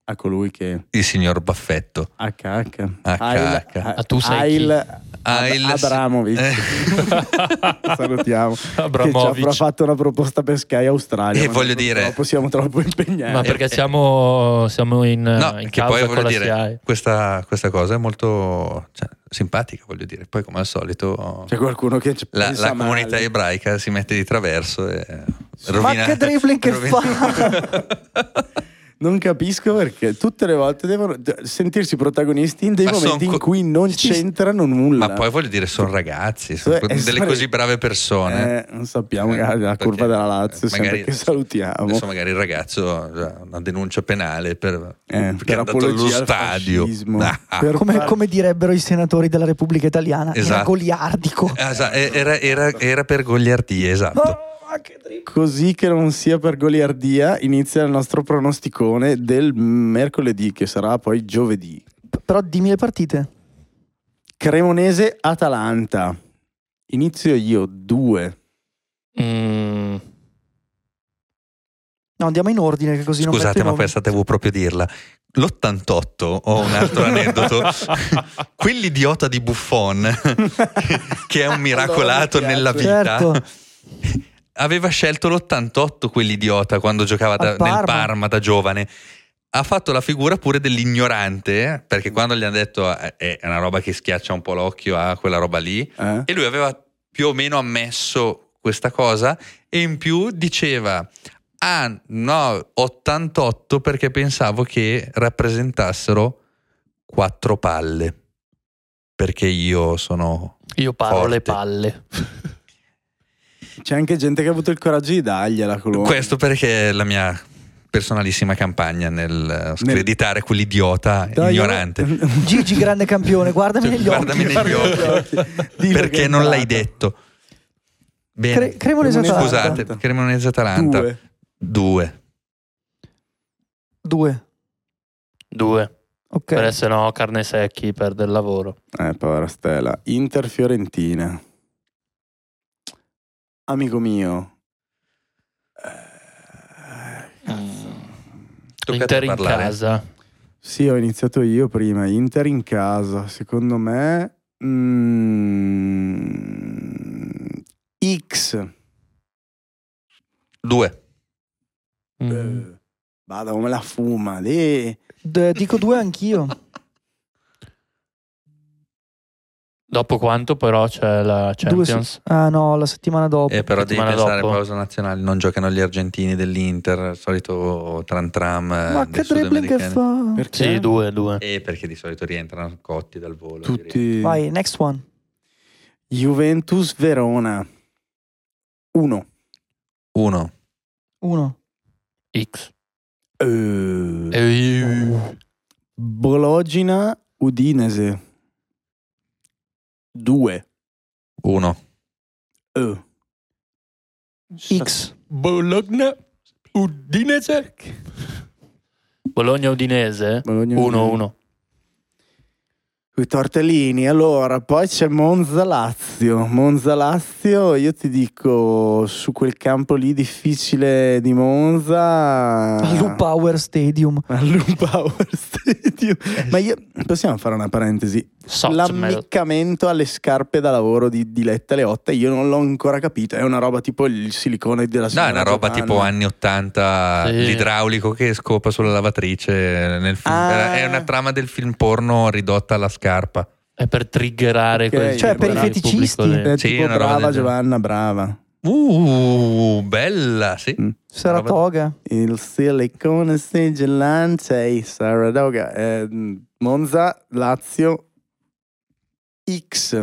S2: A colui che.
S3: il signor Baffetto.
S2: HH.
S3: HH.
S4: Ah, tu sai chi?
S2: Ail- Ad-
S3: il-
S2: Abramovic.
S3: Eh.
S2: Salutiamo. Che ci avrà
S4: <laughs> Abramovic.
S2: fatto una proposta per Sky Australia.
S3: Eh,
S2: ma
S3: voglio
S2: noi
S3: dire-
S2: purtroppo siamo troppo
S4: Ma
S2: impegnati.
S4: perché
S3: Eh,
S4: siamo, siamo
S3: <laughs>
S4: in,
S3: No,
S4: Eh, in
S3: che
S4: causa
S3: poi
S4: con
S3: voglio
S4: la
S3: dire,
S4: SIAE.
S3: questa, questa cosa è molto cioè, simpatica, voglio dire. Poi come al solito
S2: C'è qualcuno che ci
S3: la,
S2: pensa
S3: la comunità
S2: male.
S3: ebraica si mette di traverso e
S1: Ma
S3: rovina.
S1: che dribbling che fa?
S3: <laughs>
S2: Non capisco perché tutte le volte devono d- sentirsi protagonisti in dei
S3: Ma son
S2: momenti in
S3: co-
S2: cui non
S1: Ci-
S2: c'entrano nulla.
S3: Ma poi voglio dire, sono ragazzi, sono
S2: Eh,
S3: delle
S2: sare-
S3: così brave persone.
S2: Eh, non sappiamo,
S3: Eh,
S2: magari la
S3: perché-
S2: curva della Lazio,
S3: eh,
S2: sempre
S3: magari-
S2: che salutiamo.
S3: Adesso magari il ragazzo ha una denuncia penale per,
S2: Eh,
S3: perché
S2: per
S3: è andato allo
S2: apologia al
S3: stadio. <laughs>
S2: fascismo.
S3: Ah, ah.
S2: Per
S1: Come,
S2: far-
S1: come direbbero i senatori della Repubblica Italiana, era
S3: Esatto.
S1: goliardico.
S3: <laughs> Ah, sa- eh, era, era- era per gogliardie, esatto.
S1: Oh, ma che dribbling.
S2: Così che non sia per goliardia, inizia il nostro pronosticone del mercoledì, che sarà poi giovedì.
S1: Però dimmi le partite.
S2: Cremonese-Atalanta. Inizio io, 2.
S4: Mm,
S1: No, andiamo in ordine, che così non
S3: Scusate,
S1: metto i
S3: ma
S1: nomi.
S3: questa devo proprio dirla. L'88, ho un
S1: <laughs>
S2: <laughs>
S3: altro aneddoto, quell'idiota di Buffon, <laughs> che è un miracolato
S2: Allora, mi
S3: nella vita,
S1: Certo,
S3: aveva scelto l'88 quell'idiota quando giocava da-
S1: Al Parma.
S3: nel Parma da giovane. Ha fatto la figura pure dell'ignorante, eh, perché quando gli hanno detto "Eh, è una roba che schiaccia un po' l'occhio a quella roba lì,
S2: Eh?
S3: E lui aveva più o meno ammesso questa cosa e in più diceva Ah, no, 88 perché pensavo che rappresentassero quattro palle. Perché io sono.
S4: Io parlo
S3: Forte.
S4: le palle.
S2: C'è anche gente che ha avuto il coraggio di dargliela colombo.
S3: Questo perché è la mia personalissima campagna nel eh, screditare quell'idiota
S2: Dai, io-
S3: ignorante. Cioè,
S1: Gigi, grande campione, guardami negli
S3: Guardami
S1: occhi.
S3: negli occhi.
S2: Dillo che
S3: perché
S2: è
S3: non l'hai
S2: entrata.
S3: detto. Bene.
S1: Cre- Cremonese Atalanta.
S3: Scusate,
S2: Atalanta.
S3: Cremonese Atalanta.
S2: Due.
S3: Due.
S1: Due.
S4: Due.
S1: Ok.
S4: Per essere no, carne secchi perde il lavoro.
S2: Eh, povera Stella. Inter Fiorentina. Amico mio. Eh, cazzo.
S3: Tocca a te
S4: Inter in
S3: parlare.
S4: casa.
S2: Sì, ho iniziato io prima. Inter in casa, secondo me. mm, X.
S3: Due.
S4: Mm.
S2: Eh, Vada come la fuma lì.
S1: D- dico due
S4: <laughs>
S1: anch'io.
S4: Dopo quanto però c'è la
S1: Due se-
S4: Champions?
S1: ah no, la settimana dopo.
S3: Eh, però devi
S4: settimana
S3: pensare
S4: dopo.
S3: a pausa nazionale, non giocano gli argentini dell'Inter, il solito tran tram. eh,
S1: Ma che dribbling che fa?
S2: Perché
S4: Sì, due, due.
S3: E perché di solito rientrano cotti dal volo. direi.
S2: tutti
S1: Vai, next one.
S2: Juventus Verona. Uno.
S3: Uno.
S1: Uno.
S4: X.
S2: Eh,
S4: Eh,
S2: Bologna Udinese. Due.
S3: Uno.
S2: Eh.
S1: X.
S4: Bologna Udinese. Bologna Udinese
S2: Bologna
S4: 1-1.
S2: I tortellini, allora, poi c'è Monza Lazio. Monza Lazio, io ti dico, su quel campo lì difficile di Monza...
S1: Lu
S2: <laughs>
S1: Power Stadium.
S2: Al Lu Power Stadium. Ma io possiamo fare una parentesi?
S4: Sozzmel.
S2: L'ammiccamento alle scarpe da lavoro di Diletta Leotta, io non l'ho ancora capito. È una roba tipo il silicone della
S3: No,
S2: signora
S3: è una roba
S2: Giovanna.
S3: tipo anni 80,
S4: Sì.
S3: l'idraulico che scopa sulla lavatrice nel film.
S2: Ah.
S3: È una trama del film porno ridotta alla scarpa.
S4: È per triggerare
S2: Ok.
S4: quel
S2: Cioè, per i
S4: quel
S1: feticisti.
S4: pubblico lì.
S2: È
S3: Sì,
S2: tipo
S3: una roba
S2: brava
S3: del genere.
S2: Giovanna, brava.
S3: Uh, bella, sì.
S1: Saratoga.
S2: Il silicone sigillante Saratoga eh, Monza, Lazio X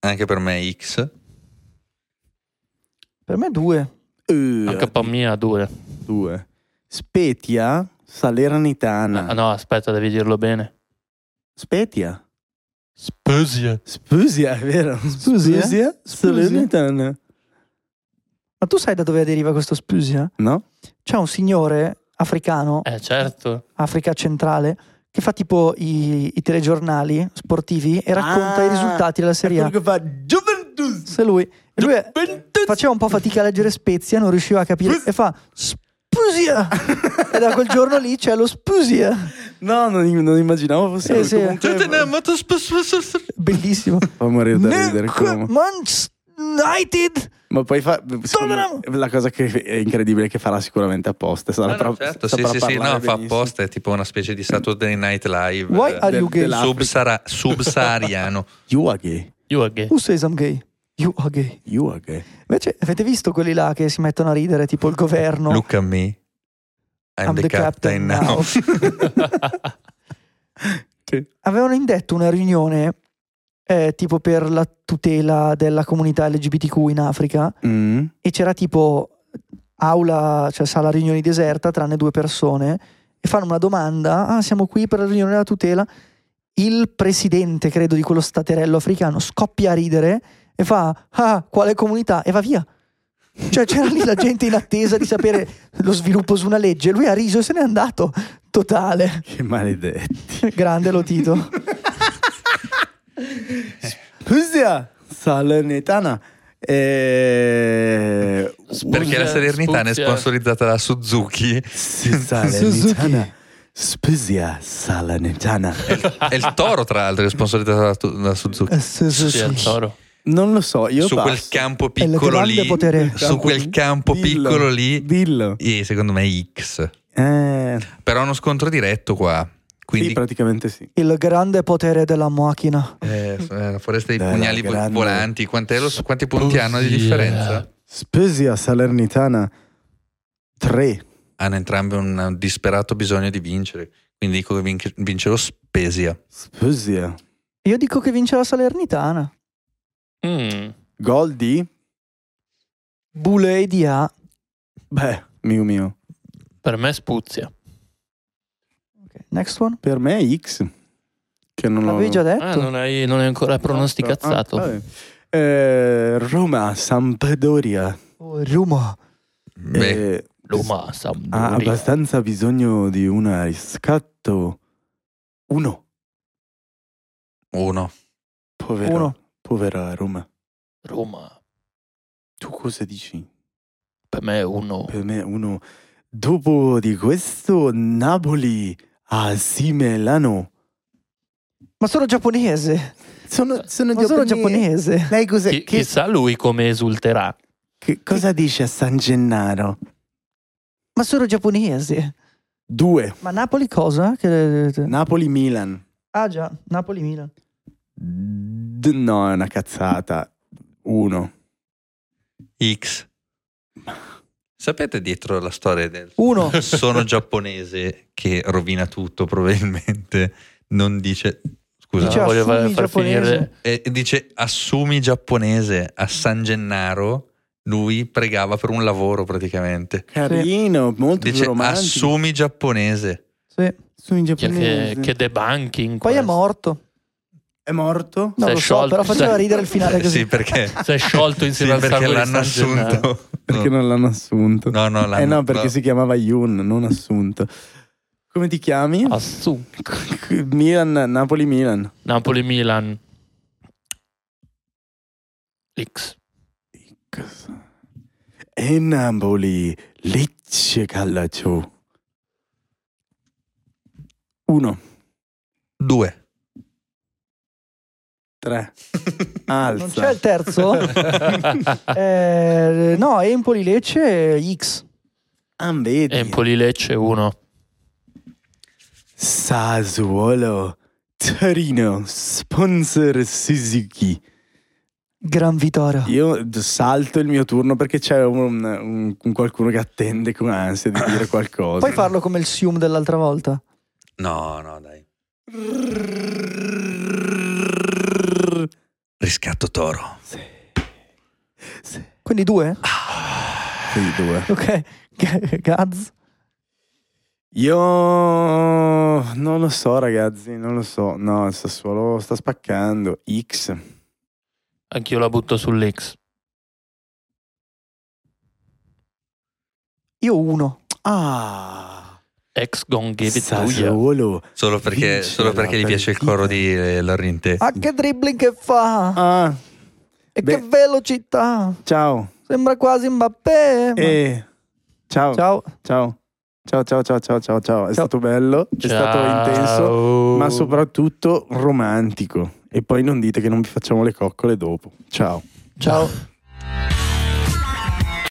S3: Anche per me X.
S1: Per me due.
S2: Eh,
S4: Anche per mia 2.
S2: due. Spetia Salernitana
S4: Ah no, aspetta, devi dirlo bene.
S2: Spetia
S4: Spezia.
S2: Spusia, è vero
S1: Spusia?
S2: Salernitana
S1: Ma tu sai da dove deriva questo Spusia?
S2: No?
S1: C'è un signore africano,
S4: Eh certo.
S1: Africa centrale, che fa tipo i, i telegiornali sportivi e racconta
S2: Ah, Ecco
S1: i risultati della Serie
S2: Quello
S1: A.
S2: che fa Juventus
S1: Se lui, e lui è- faceva un po' fatica a leggere Spezia, non riusciva a capire e fa Spusia!
S2: <laughs>
S1: e da quel giorno lì c'è lo Spusia.
S2: No, non, non immaginavo fosse
S1: Eh,
S2: lui.
S1: sì.
S4: Cioè,
S2: Comunque,
S1: Bellissimo.
S2: Fa morire da ridere
S1: Nick
S2: come.
S1: Manchester United.
S2: Ma poi fa. secondo me,
S1: Tottenham!
S2: La cosa che è incredibile è che farà sicuramente apposta. Sarà
S3: No, no, certo, sì, sì, sì, no, fa apposta, è tipo una specie di Saturday Night Live.
S1: Why
S3: eh,
S1: are you gay?
S3: subsara- subsahariano.
S2: You are gay.
S4: Io a gay.
S1: Who says I'm gay? You are gay.
S2: You are <laughs> gay.
S1: Invece avete visto quelli là che si mettono a ridere tipo il governo?
S3: Look at me. I'm, the, captain, now.
S1: Avevano indetto una riunione eh, tipo per la tutela della comunità LGBTQ in Africa
S2: Mm.
S1: e c'era tipo aula, cioè sala riunioni deserta tranne due persone e fanno una domanda, ah siamo qui per la riunione della tutela, il presidente credo di quello staterello africano scoppia a ridere e fa ah quale comunità e va via. Cioè c'era lì la gente in attesa di sapere lo sviluppo su una legge, lui ha riso e se n'è andato, totale,
S2: Che maledetti.
S1: grande lo Tito.
S2: Scusa, Salernitana. Eh,
S3: <laughs> Perché la Salernitana è
S4: Spezia.
S3: sponsorizzata da Suzuki.
S2: Sì, Salernitana. Spusia, Salernitana.
S3: È il Toro, tra l'altro, che è sponsorizzato da, tu- da
S1: Eh,
S3: Suzuki.
S4: Eh, Sì, al toro.
S2: Non lo so, io
S3: su
S2: passo.
S3: quel campo
S1: È il
S3: piccolo
S1: grande
S3: lì,
S1: potere.
S3: su quel campo
S2: Dillo,
S3: piccolo lì,
S2: Dillo.
S3: e secondo me X.
S2: Eh,
S3: Però è uno scontro diretto qua. Quindi
S2: Sì, praticamente sì.
S1: Il grande potere della macchina.
S3: eh, la foresta dei
S2: Dai,
S3: pugnali
S2: la grande.
S3: volanti. Quant'è lo- quanti punti hanno di
S4: Spezia.
S3: differenza?
S2: Spezia Salernitana Tre.
S3: hanno entrambi un un disperato bisogno di vincere. Quindi dico che vinc- vince lo Spesia.
S2: Spezia.
S1: Io dico che vince la Salernitana.
S4: Mm.
S2: Gol di?
S1: Bule di A.
S2: Beh, mio mio.
S4: Per me spuzia. Eh,
S1: Ok, Next one.
S2: Per me è X. Che non ho...
S1: L'avevi già detto?
S2: Certo.
S4: Ah, non, hai, non hai ancora pronosticazzato.
S2: Ah, vabbè. Eh, Roma, Sampdoria.
S1: Oh, Roma.
S3: Beh,
S2: Eh,
S4: Roma,
S2: Ha
S4: Sampdoria.
S2: Ah, abbastanza bisogno di un riscatto. Uno.
S3: uno.
S2: Povera,
S1: Uno.
S2: povera Roma.
S4: Roma,
S2: Tu cosa dici?
S4: per me è uno.
S2: Per me uno. Dopo di questo Napoli a Simelano.
S1: Ma sono giapponese.
S2: Sono, sono
S1: Ma sono giapponese.
S2: Lei cos'è?
S4: Chi-
S2: che,
S4: chissà lui come esulterà.
S2: che cosa dice a San Gennaro?
S1: Ma sono giapponese.
S2: Due.
S1: Ma Napoli cosa? Che- eh,
S2: Napoli-Milan.
S1: ah già, Napoli-Milan.
S2: D- no, è una cazzata. Uno.
S3: X. Sapete dietro la storia del
S1: Uno.
S3: sono giapponese che rovina tutto probabilmente non dice scusa
S1: Dice
S4: No, voglio far-
S1: assumi
S4: far
S1: giapponese.
S4: finire-
S3: eh, dice assumi giapponese a San Gennaro lui pregava per un lavoro praticamente
S2: Carino, molto
S3: dice
S2: più romantico.
S3: assumi giapponese
S1: Sì.
S2: Su in
S4: Cioè, Che,
S2: giapponese.
S4: che debunking.
S1: Poi è
S4: questo.
S1: morto.
S2: È morto?
S1: Non
S4: Sei
S1: lo so,
S4: sciolto,
S1: però faceva
S4: sei-
S1: ridere il finale
S3: Eh, sì
S1: così.
S3: perché
S4: Si è sciolto
S3: sì,
S4: insieme al
S3: perché
S4: sangue di
S3: l'hanno <laughs>
S4: San Gennaro.
S3: assunto
S2: Perché non l'hanno assunto?
S3: no no l'hanno
S2: eh no, perché
S3: no.
S2: si chiamava Yun, non assunto. Come ti chiami?
S3: Ah.
S4: Assunto.
S2: Milan, Napoli-Milan.
S4: Napoli-Milan. X.
S2: E Napoli, Lecce Calcio. Uno,
S3: due
S2: <laughs> tre,
S1: Non c'è
S2: alza.
S1: il terzo? Eh, no, Empoli Lecce X.
S2: Ah, vedi.
S4: Empoli-Lecce 1.
S2: Sassuolo, Torino, sponsor Suzuki.
S1: Gran vittoria.
S2: Io d- salto il mio turno perché c'è un, un- un qualcuno che attende con ansia di dire qualcosa.
S1: Puoi farlo come il Sium dell'altra volta.
S3: no no dai riscatto toro
S1: Quindi due?
S2: Sì, due.
S1: Ok. <laughs> G- Gaz.
S2: Io non lo so, ragazzi, non lo so. No, il Sassuolo sta spaccando. X.
S4: Anch'io la butto sull'X.
S1: Io uno.
S2: Ah,
S4: Ex gone give it to you.
S2: Sassuolo.
S3: solo perché,
S2: Vince
S3: solo perché
S2: la
S3: gli piace il
S2: partita.
S3: coro di eh, Lorente
S1: Ah, che dribbling che fa!
S2: Ah,
S1: e
S2: beh.
S1: che velocità!
S2: ciao.
S1: Sembra quasi Mbappé. ma-
S2: Eh, ciao. Ciao.
S1: Ciao.
S2: Ciao. Ciao, ciao, ciao, ciao, ciao, È stato bello, è stato intenso,
S4: Ciao.
S2: ma soprattutto romantico. E poi non dite che non vi facciamo le coccole dopo. Ciao.
S4: Ciao.